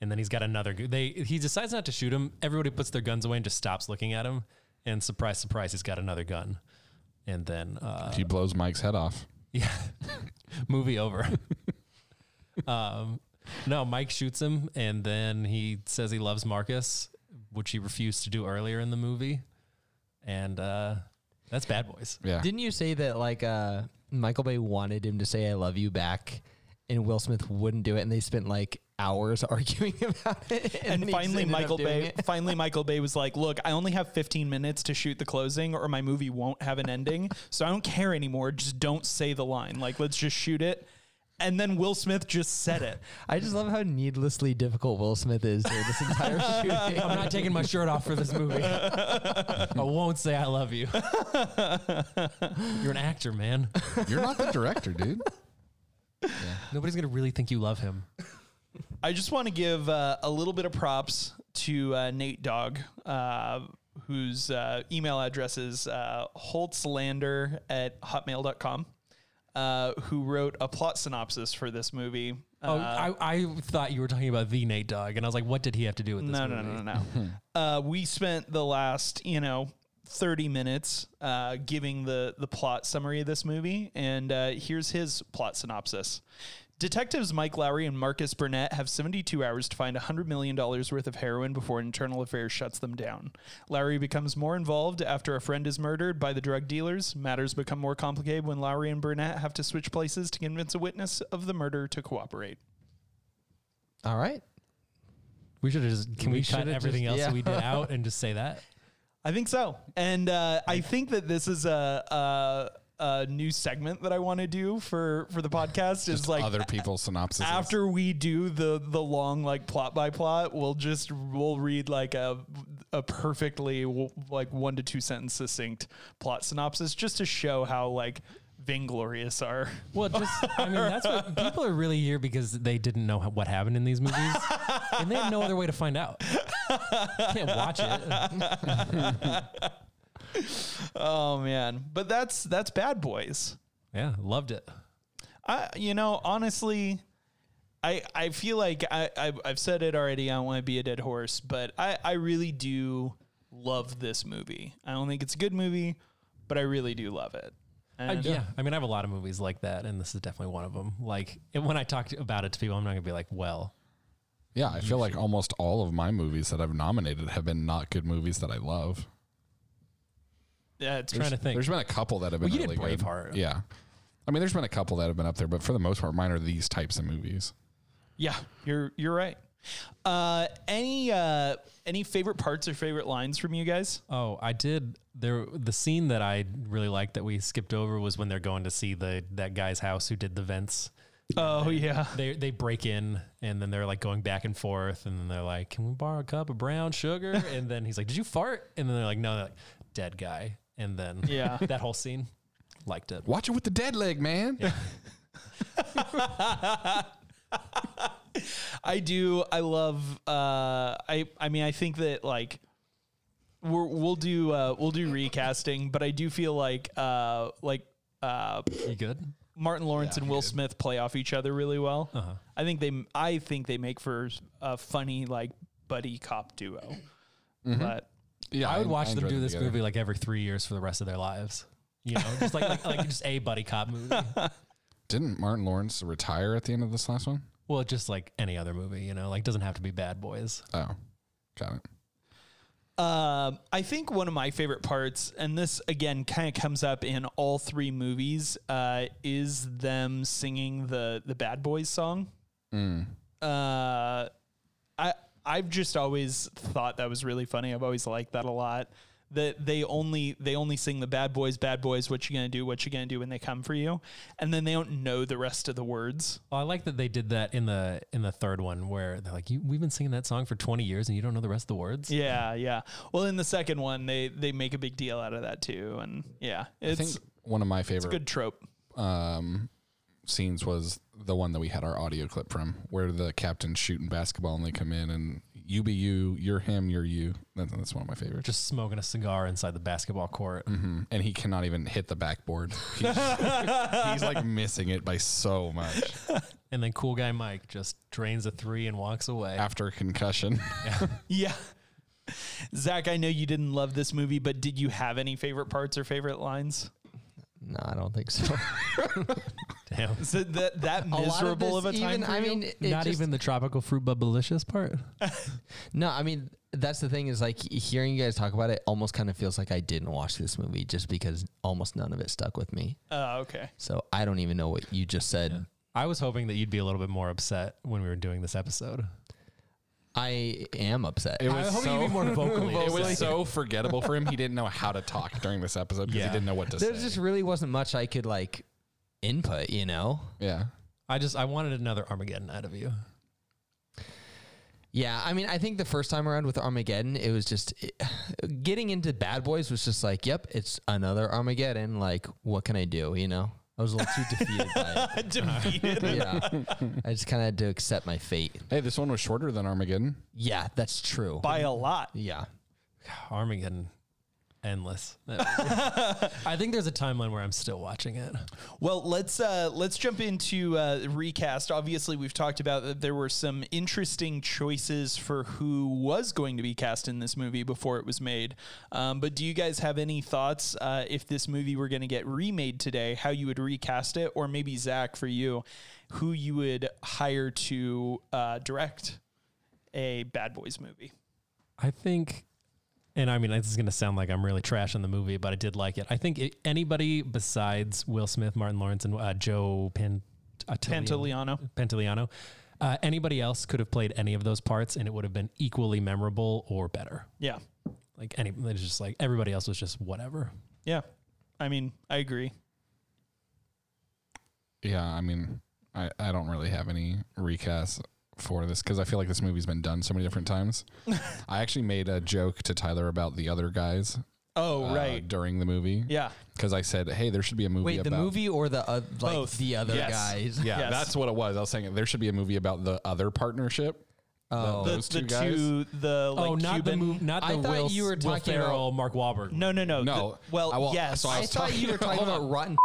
Speaker 5: and then he's got another. gu- They he decides not to shoot him. Everybody puts their guns away and just stops looking at him. And surprise, surprise, he's got another gun. And then uh,
Speaker 7: He blows Mike's head off.
Speaker 5: yeah, movie over. um, no, Mike shoots him, and then he says he loves Marcus, which he refused to do earlier in the movie, and uh, that's Bad Boys.
Speaker 7: Yeah.
Speaker 8: Didn't you say that like uh, Michael Bay wanted him to say "I love you" back, and Will Smith wouldn't do it, and they spent like hours arguing about it,
Speaker 6: and,
Speaker 8: then he just
Speaker 6: finally
Speaker 8: ended up
Speaker 6: Michael
Speaker 8: doing
Speaker 6: Bay
Speaker 8: it?
Speaker 6: finally Michael Bay was like, "Look, I only have 15 minutes to shoot the closing or my movie won't have an ending. so I don't care anymore. Just don't say the line. Like let's just shoot it." And then Will Smith just said it.
Speaker 8: I just love how needlessly difficult Will Smith is during this entire shooting.
Speaker 5: I'm not taking my shirt off for this movie. I won't say I love you. You're an actor, man.
Speaker 7: You're not the director, dude.
Speaker 5: Nobody's gonna really think you love him.
Speaker 6: I just want to give uh, a little bit of props to uh, Nate Dogg, uh, whose uh, email address is uh, holtzlander at hotmail.com. uh, who wrote a plot synopsis for this movie.
Speaker 5: Oh,
Speaker 6: Uh,
Speaker 5: I, I thought you were talking about the Nate Dogg, and I was like, what did he have to do with this?
Speaker 6: no,
Speaker 5: movie?
Speaker 6: no, no, no, no. uh, we spent the last, you know, 30 minutes uh, giving the, the plot summary of this movie, and uh, here's his plot synopsis. Detectives Mike Lowry and Marcus Burnett have 72 hours to find $100 million worth of heroin before internal affairs shuts them down. Lowry becomes more involved after a friend is murdered by the drug dealers. Matters become more complicated when Lowry and Burnett have to switch places to convince a witness of the murder to cooperate.
Speaker 8: All right.
Speaker 5: We should have just, can we,
Speaker 8: We
Speaker 5: cut
Speaker 8: should've
Speaker 5: everything
Speaker 8: just-
Speaker 5: else
Speaker 8: yeah.
Speaker 5: we did out and just say that?
Speaker 6: I think so, and uh, I think that this is a, a, a new segment that I want to do for for the podcast. is like
Speaker 7: other people's synopsis.
Speaker 6: after we do the the long like plot by plot, we'll just we'll read like a a perfectly w- like one to two sentence succinct plot synopsis just to show how like vainglorious our
Speaker 5: Well, just I mean, that's what people are really here because they didn't know how, what happened in these movies, and they have no other way to find out. Can't watch it.
Speaker 6: oh man. But that's that's bad boys.
Speaker 5: Yeah, loved it.
Speaker 6: I, you know, honestly, I I feel like I, I I've said it already. I don't want to be a dead horse, but I I really do love this movie. I don't think it's a good movie, but I really do love it.
Speaker 5: I-
Speaker 6: And-
Speaker 5: yeah. I mean, I have a lot of movies like that, and this is definitely one of them. Like and when I talk to- about it to people, I'm not gonna be like, "Well,
Speaker 7: yeah, I feel like almost all of my movies that I've nominated have been not good movies that I love.
Speaker 6: yeah, it's
Speaker 5: trying
Speaker 6: true.
Speaker 5: to think."
Speaker 7: There's been a couple that have been
Speaker 5: Well, you did
Speaker 7: really good.
Speaker 5: Braveheart.
Speaker 7: Yeah. I mean, there's been a couple that have been up there, but for the most part, mine are these types of movies.
Speaker 6: Yeah, you're you're right. Uh, any uh, any favorite parts or favorite lines from you guys?
Speaker 5: Oh, I did. There, the scene that I really liked that we skipped over was when they're going to see the that guy's house who did the vents.
Speaker 6: Oh yeah,
Speaker 5: They they break in and then they're like going back and forth, and then they're like, "Can we borrow a cup of brown sugar?" and then he's like, "Did you fart?" And then they're like, "No, they're like, dead guy." And then
Speaker 6: Yeah.
Speaker 5: that whole scene, liked it.
Speaker 7: Watch it with the dead leg, man.
Speaker 6: I do. I love. Uh, I I mean, I think that like we're, we'll do uh, we'll do recasting, but I do feel like uh, like uh,
Speaker 5: You good?
Speaker 6: Martin Lawrence and Will Smith play off each other really well. I think they I think they make for a funny like buddy cop duo. But
Speaker 7: Yeah,
Speaker 5: I would watch
Speaker 7: enjoy
Speaker 5: them do this
Speaker 7: together.
Speaker 5: movie like every three years for the rest of their lives. You know, just like like, like just a buddy cop movie.
Speaker 7: Didn't Martin Lawrence retire at the end of this last one?
Speaker 5: Well, just like any other movie, you know, like doesn't have to be Bad Boys.
Speaker 7: Oh, got it.
Speaker 6: Um, I think one of my favorite parts, and this again kind of comes up in all three movies, uh, is them singing the the Bad Boys song.
Speaker 7: Mm.
Speaker 6: Uh, I I've just always thought that was really funny. I've always liked that a lot. That they only they only sing the Bad Boys, Bad Boys. What you gonna do? What you gonna do when they come for you? And then they don't know the rest of the words.
Speaker 5: Well, I like that they did that in the in the third one where they're like, you, "We've been singing that song for 20 years and you don't know the rest of the words."
Speaker 6: Yeah, yeah. Well, in the second one, they they make a big deal out of that too, and yeah,
Speaker 7: I
Speaker 6: it's
Speaker 7: think one of my favorite
Speaker 6: good trope.
Speaker 7: um, scenes was the one that we had our audio clip from, where the captain's shooting basketball and they come in and you be you, you're him, you're you. That's, that's one of my favorites.
Speaker 5: Just smoking a cigar inside the basketball court.
Speaker 7: and he cannot even hit the backboard. He's, he's like missing it by so much
Speaker 5: And then cool guy Mike just drains a 3 and walks away.
Speaker 7: after concussion.
Speaker 6: Yeah. Zach, I know you didn't love this movie, but did you have any favorite parts or favorite lines?
Speaker 8: No, I don't think so.
Speaker 5: Damn.
Speaker 6: So that that miserable of, a time.
Speaker 8: Even,
Speaker 6: for
Speaker 8: I
Speaker 6: you?
Speaker 8: mean, it
Speaker 5: Not
Speaker 8: just-
Speaker 5: even the tropical fruit bubblicious part.
Speaker 8: No, I mean that's the thing is like hearing you guys talk about it almost kind of feels like I didn't watch this movie just because almost none of it stuck with me.
Speaker 6: Oh, okay.
Speaker 8: So I don't even know what you just said.
Speaker 5: I was hoping that you'd be a little bit more upset when we were doing this episode.
Speaker 8: I am upset.
Speaker 7: It was
Speaker 5: hoping
Speaker 7: so,
Speaker 5: you'd be more vocally
Speaker 7: it was
Speaker 5: upset.
Speaker 7: so forgettable for him. He didn't know how to talk during this episode because
Speaker 5: Yeah.
Speaker 7: he didn't know what to
Speaker 8: there
Speaker 7: say.
Speaker 8: just really wasn't much I could like input, you know?
Speaker 7: yeah.
Speaker 5: I just I wanted another Armageddon out of you.
Speaker 8: Yeah, I mean, I think the first time around with Armageddon, it was just it- getting into Bad Boys was just like, yep, it's another Armageddon. Like, what can I do? You know, I was a little too defeated by it.
Speaker 6: Defeated.
Speaker 8: Yeah, I just kind of had to accept my fate.
Speaker 7: Hey, this one was shorter than Armageddon.
Speaker 8: Yeah, that's true.
Speaker 6: By a lot.
Speaker 8: yeah.
Speaker 5: Armageddon. endless. I think there's a timeline where I'm still watching it.
Speaker 6: Well, let's uh, let's jump into uh, recast. Obviously, we've talked about that there were some interesting choices for who was going to be cast in this movie before it was made. Um, but do you guys have any thoughts uh, if this movie were going to get remade today, how you would recast it, or maybe Zach for you, who you would hire to uh, direct a Bad Boys movie?
Speaker 5: I think, and I mean, this is going to sound like I'm really trashing the movie, but I did like it. I think it, anybody besides Will Smith, Martin Lawrence, and uh, Joe Pan, uh,
Speaker 6: Pantoliano.
Speaker 5: Pantoliano, uh, anybody else could have played any of those parts, and it would have been equally memorable or better.
Speaker 6: Yeah,
Speaker 5: Like any, it's just like everybody else was just whatever.
Speaker 6: yeah. I mean, I agree.
Speaker 7: Yeah, I mean, I, I don't really have any recasts for this because I feel like this movie's been done so many different times. I actually made a joke to Tyler about the other guys
Speaker 6: Oh,
Speaker 7: uh,
Speaker 6: right.
Speaker 7: during the movie.
Speaker 6: Yeah.
Speaker 7: because I said, "Hey, there should be a movie."
Speaker 8: Wait, the
Speaker 7: about,
Speaker 8: movie or the uh, like
Speaker 6: Both.
Speaker 8: the other
Speaker 6: Yes.
Speaker 8: guys?
Speaker 7: Yeah,
Speaker 6: Yes.
Speaker 7: that's what it was. I was saying there should be a movie about the other partnership. Oh,
Speaker 6: the,
Speaker 7: those
Speaker 6: the
Speaker 7: two guys.
Speaker 6: two the like
Speaker 5: oh, not
Speaker 6: Cuban.
Speaker 5: the move, not
Speaker 8: I
Speaker 5: the
Speaker 8: thought
Speaker 5: Will,
Speaker 8: you were
Speaker 5: Will
Speaker 8: talking
Speaker 5: Ferrell, Mark Wahlberg.
Speaker 6: No, no, no.
Speaker 7: No.
Speaker 6: The- well,
Speaker 7: I will-
Speaker 6: yes.
Speaker 7: so I
Speaker 8: I,
Speaker 7: was
Speaker 8: thought
Speaker 7: talking-
Speaker 8: you were talking
Speaker 7: Hold
Speaker 8: about
Speaker 7: on.
Speaker 8: rotten.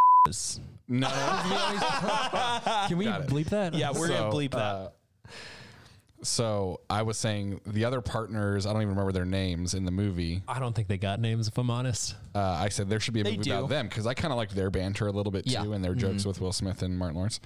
Speaker 7: No,
Speaker 5: Can we bleep that?
Speaker 6: yeah, we're gonna
Speaker 7: So,
Speaker 6: bleep that.
Speaker 7: uh, so I was saying the other partners. I don't even remember their names in the movie.
Speaker 5: I don't think they got names. If I'm honest,
Speaker 7: Uh, I said there should be a
Speaker 6: They
Speaker 7: movie
Speaker 6: do.
Speaker 7: about them because I kind of liked their banter a little bit
Speaker 8: Yeah. Mm-hmm.
Speaker 7: too and their jokes with Will Smith and Martin Lawrence.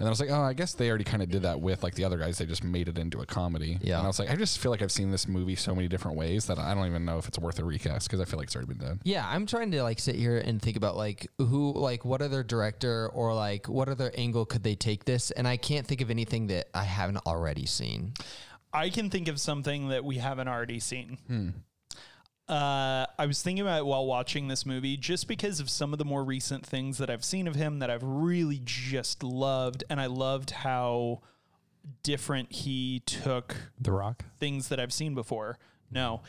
Speaker 7: And then I was like, oh, I guess they already kind of did that with like the other guys. They just made it into a comedy.
Speaker 8: Yeah.
Speaker 7: And I was like, I just feel like I've seen this movie so many different ways that I don't even know if it's worth a recast because I feel like it's already been done.
Speaker 8: Yeah, I'm trying to like sit here and think about like who, like what other director or like what other angle could they take this? And I can't think of anything that I haven't already seen.
Speaker 6: I can think of something that we haven't already seen.
Speaker 7: Hmm.
Speaker 6: Uh, I was thinking about it while watching this movie, just because of some of the more recent things that I've seen of him that I've really just loved, and I loved how different he took
Speaker 5: The Rock.
Speaker 6: things that I've seen before. No,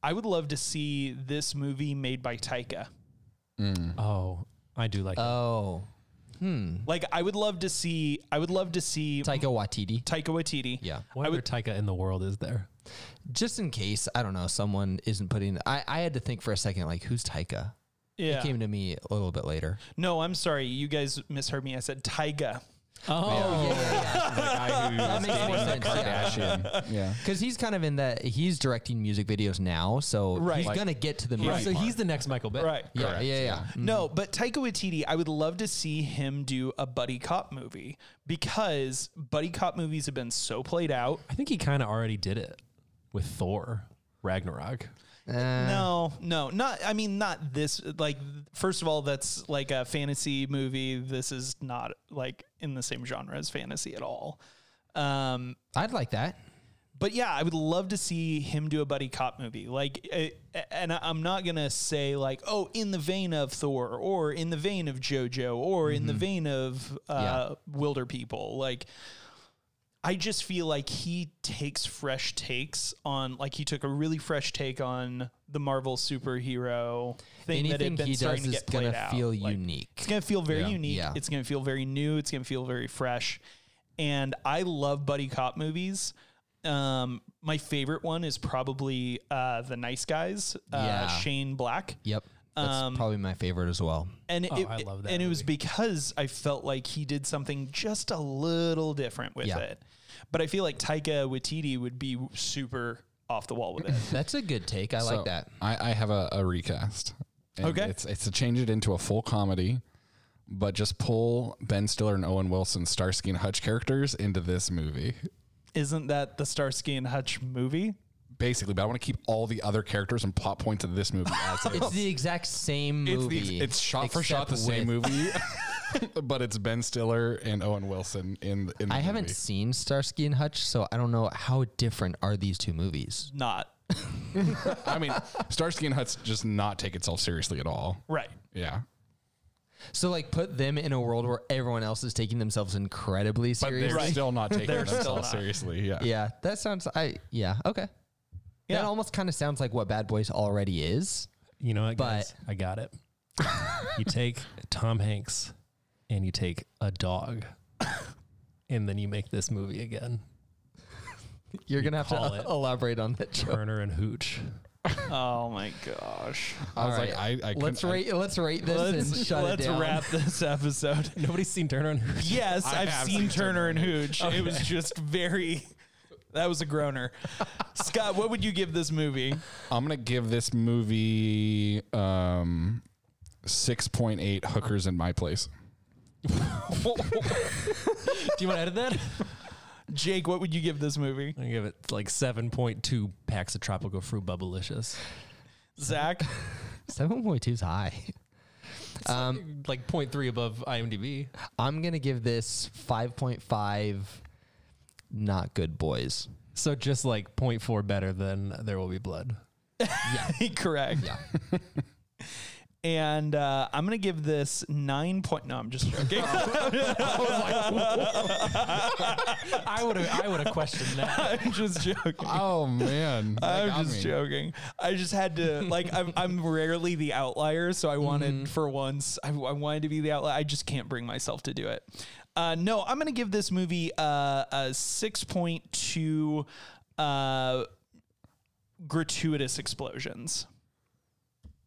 Speaker 6: I would love to see this movie made by Taika.
Speaker 5: Oh, I do like.
Speaker 8: Oh,
Speaker 6: Like, I would love to see. I would love to see
Speaker 8: Taika Waititi.
Speaker 6: Taika Waititi.
Speaker 8: Yeah.
Speaker 5: What other Taika in the world is there?
Speaker 8: Just in case, I don't know, someone isn't putting. I I had to think for a second, like who's Taika?
Speaker 6: Yeah.
Speaker 8: It came to me a little bit later.
Speaker 6: No, I'm sorry. You guys misheard me. I said Tyga.
Speaker 8: Oh yeah,
Speaker 7: that
Speaker 8: makes more sense, yeah.
Speaker 7: Kardashian. yeah.
Speaker 8: because he's kind of in that. He's directing music videos now, so
Speaker 6: Right.
Speaker 8: he's
Speaker 6: Like-
Speaker 8: gonna get to the music.
Speaker 5: So he's the next Michael Bay.
Speaker 6: Right.
Speaker 8: Yeah, Mm-hmm. yeah, yeah.
Speaker 6: No, but Taika Waititi, I would love to see him do a buddy cop movie because buddy cop movies have been so played out.
Speaker 5: I think he kind of already did it with Thor Ragnarok.
Speaker 8: Uh.
Speaker 6: no, no, not. I mean, not this. Like, first of all, that's like a fantasy movie. This is not like in the same genre as fantasy at all. Um,
Speaker 8: I'd like that.
Speaker 6: but yeah, I would love to see him do a buddy cop movie. Like, uh, and I- I'm not gonna say like, oh, in the vein of Thor, or in the vein of JoJo, or in the
Speaker 8: Mm-hmm.
Speaker 6: vein of uh, Wilder People. Like, I just feel like he takes fresh takes on, like, he took a really fresh take on the Marvel superhero thing that
Speaker 8: Anything
Speaker 6: had been
Speaker 8: he
Speaker 6: starting
Speaker 8: does
Speaker 6: to
Speaker 8: is
Speaker 6: get played
Speaker 8: gonna
Speaker 6: out.
Speaker 8: feel
Speaker 6: Like,
Speaker 8: unique.
Speaker 6: it's gonna feel very
Speaker 7: Yeah.
Speaker 6: unique.
Speaker 8: Yeah.
Speaker 6: It's gonna feel very new. It's gonna feel very fresh. And I love buddy cop movies. Um, my favorite one is probably uh, The Nice Guys, uh,
Speaker 8: Yeah.
Speaker 6: Shane Black.
Speaker 8: Yep, that's probably my favorite as well.
Speaker 6: And it,
Speaker 5: Oh, I love that
Speaker 6: And it was because I felt like he did something just a little different with
Speaker 8: Yeah.
Speaker 6: it. But I feel like Taika Waititi would be super off the wall with it.
Speaker 8: That's a good take. I
Speaker 7: So
Speaker 8: like that.
Speaker 7: I, I have a, a recast. And
Speaker 6: Okay.
Speaker 7: It's it's to change it into a full comedy, but just pull Ben Stiller and Owen Wilson Starsky and Hutch characters into this movie.
Speaker 6: Isn't that the Starsky and Hutch movie?
Speaker 7: Basically, but I want to keep all the other characters and plot points of this movie as it is.
Speaker 8: It's the exact same
Speaker 7: It's,
Speaker 8: movie.
Speaker 7: the- it's shot for shot the
Speaker 8: except
Speaker 7: same
Speaker 8: with-
Speaker 7: movie, but it's Ben Stiller and Owen Wilson in in. The
Speaker 8: I haven't
Speaker 7: movie.
Speaker 8: seen Starsky and Hutch, so I don't know how different are these two movies.
Speaker 6: Not
Speaker 7: I mean, Starsky and Hutch just not take itself seriously at all.
Speaker 6: right.
Speaker 7: Yeah,
Speaker 8: So like put them in a world where everyone else is taking themselves incredibly
Speaker 7: but
Speaker 8: seriously.
Speaker 7: they're still not taking
Speaker 6: They're still
Speaker 7: themselves
Speaker 6: not.
Speaker 7: seriously. Yeah.
Speaker 8: Yeah, that sounds I yeah, okay.
Speaker 6: Yeah.
Speaker 8: That almost kind of sounds like what Bad Boys already is.
Speaker 5: You know what,
Speaker 8: But-
Speaker 5: guys? I got it. you take Tom Hanks and you take a dog, and then you make this movie again.
Speaker 8: You're going to have
Speaker 5: call
Speaker 8: to
Speaker 5: it.
Speaker 8: elaborate on that joke.
Speaker 5: Turner and Hooch.
Speaker 6: oh my gosh.
Speaker 7: I was like, I, I couldn't-
Speaker 8: let's
Speaker 7: I-
Speaker 8: rate. let's rate this and
Speaker 6: Let's
Speaker 8: shut
Speaker 6: let's
Speaker 8: it down.
Speaker 6: wrap this episode.
Speaker 5: Nobody's seen Turner and Hooch.
Speaker 6: Yes,
Speaker 7: I
Speaker 6: I've
Speaker 7: have
Speaker 6: seen
Speaker 7: seen
Speaker 6: Turner and Hooch. It was just very. That was a groaner. Scott, what would you give this movie?
Speaker 7: I'm gonna give this movie um, six point eight hookers in my place.
Speaker 5: Do you want to edit that?
Speaker 6: Jake, what would you give this movie?
Speaker 5: I give it like 7.2 packs of tropical fruit bubblicious.
Speaker 6: Zach?
Speaker 8: Seven point two is high.
Speaker 5: like 0.3 above IMDb.
Speaker 8: I'm gonna give this five point five. Not good boys.
Speaker 5: So just like 0.4 better than There Will Be Blood.
Speaker 6: Correct. Yeah. And uh, I'm gonna give this nine point. No, I'm just joking.
Speaker 5: I would have I would have questioned that.
Speaker 6: I'm just joking.
Speaker 7: Oh man, That
Speaker 6: I'm
Speaker 7: got
Speaker 6: just
Speaker 7: me.
Speaker 6: joking. I just had to like I'm, I'm rarely the outlier, so I wanted
Speaker 7: Mm-hmm.
Speaker 6: for once I, I wanted to be the outlier. I just can't bring myself to do it. Uh, no, I'm gonna give this movie uh, a six point two uh, gratuitous explosions,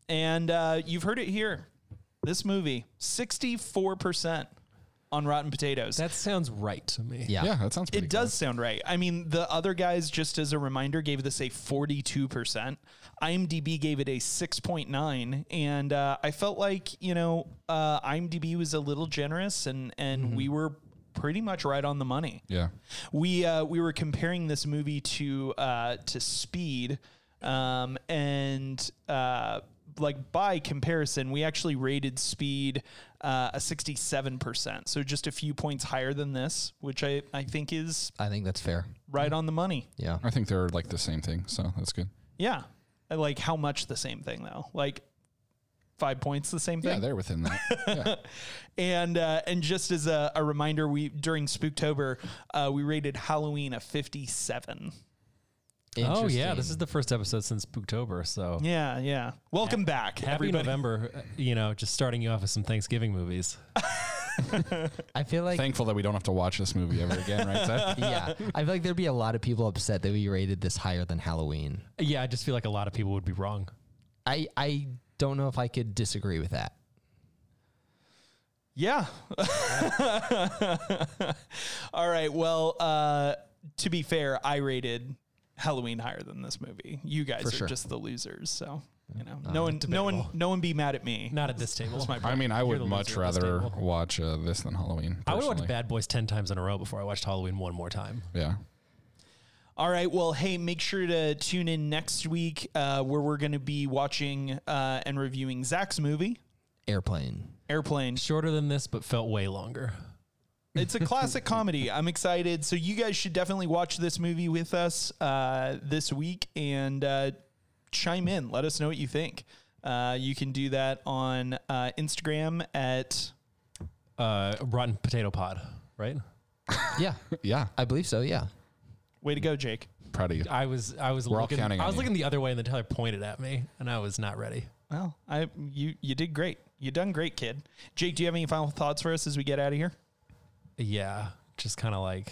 Speaker 6: and uh, you've heard it here. This movie sixty four percent on Rotten Potatoes.
Speaker 5: That sounds right to me.
Speaker 8: Yeah.
Speaker 7: Yeah, that sounds. Pretty
Speaker 6: It does sound right. I mean, the other guys, just as a reminder, gave this a 42%. IMDb gave it a 6.9. And uh, I felt like, you know, uh, IMDb was a little generous and, and
Speaker 7: Mm-hmm.
Speaker 6: we were pretty much right on the money.
Speaker 7: Cool. Yeah,
Speaker 6: We, uh, we were comparing this movie to, uh, to Speed. Um, and uh, like by comparison, we actually rated Speed uh, a 67%. So just a few points higher than this, which I, I think is
Speaker 8: I think that's fair.
Speaker 6: right on the money.
Speaker 8: Yeah.
Speaker 7: I think they're like the same thing, so that's good.
Speaker 6: Yeah. I like how much the same thing though. Like five points the same
Speaker 7: Yeah,
Speaker 6: thing.
Speaker 7: they're within that.
Speaker 6: and uh, and just as a, a reminder, we during Spooktober, uh, we rated Halloween a fifty seven.
Speaker 5: Oh yeah, this is the first episode since Spooktober, so
Speaker 6: Yeah, yeah. Welcome back.
Speaker 5: Happy
Speaker 6: everybody.
Speaker 5: November, uh, you know, just starting you off with some Thanksgiving movies.
Speaker 8: I feel like.
Speaker 7: Thankful that we don't have to watch this movie ever again, right? Seth?
Speaker 8: yeah, I feel like there'd be a lot of people upset that we rated this higher than Halloween.
Speaker 5: Yeah, I just feel like a lot of people would be wrong.
Speaker 8: I I don't know if I could disagree with that.
Speaker 6: Yeah. All right. Well, uh, to be fair, I rated Halloween higher than this movie. You guys are just the losers, so you know, no one, no one, no one, be mad at me.
Speaker 5: Uh, Not at this table.
Speaker 7: I mean, I
Speaker 5: the
Speaker 7: would much
Speaker 5: loser at this
Speaker 7: rather
Speaker 5: table.
Speaker 7: watch uh, this than Halloween.
Speaker 5: I would watch
Speaker 7: personally.
Speaker 5: Bad Boys 10 times in a row before I watched Halloween one more time.
Speaker 7: Yeah,
Speaker 6: All right. Well, hey, make sure to tune in next week uh, where we're going to be watching uh, and reviewing Zach's movie,
Speaker 8: Airplane.
Speaker 6: Airplane.
Speaker 5: Shorter than this, but felt way longer.
Speaker 6: It's a classic comedy. I'm excited. So, you guys should definitely watch this movie with us uh, this week and uh, chime in. Let us know what you think. Uh, you can do that on uh, Instagram at.
Speaker 5: Uh, Rotten Potato Pod, right?
Speaker 8: Yeah,
Speaker 7: yeah.
Speaker 8: I believe so. Yeah.
Speaker 6: Way to go, Jake.
Speaker 7: Proud of you.
Speaker 5: I was I was
Speaker 7: all
Speaker 5: looking
Speaker 7: counting
Speaker 5: I
Speaker 7: on
Speaker 5: was
Speaker 7: you.
Speaker 5: looking the other way and the teller pointed at me and I was not ready.
Speaker 6: Well, I you you did great. You done great, kid. Jake, do you have any final thoughts for us as we get out of here?
Speaker 5: Yeah, just kind of like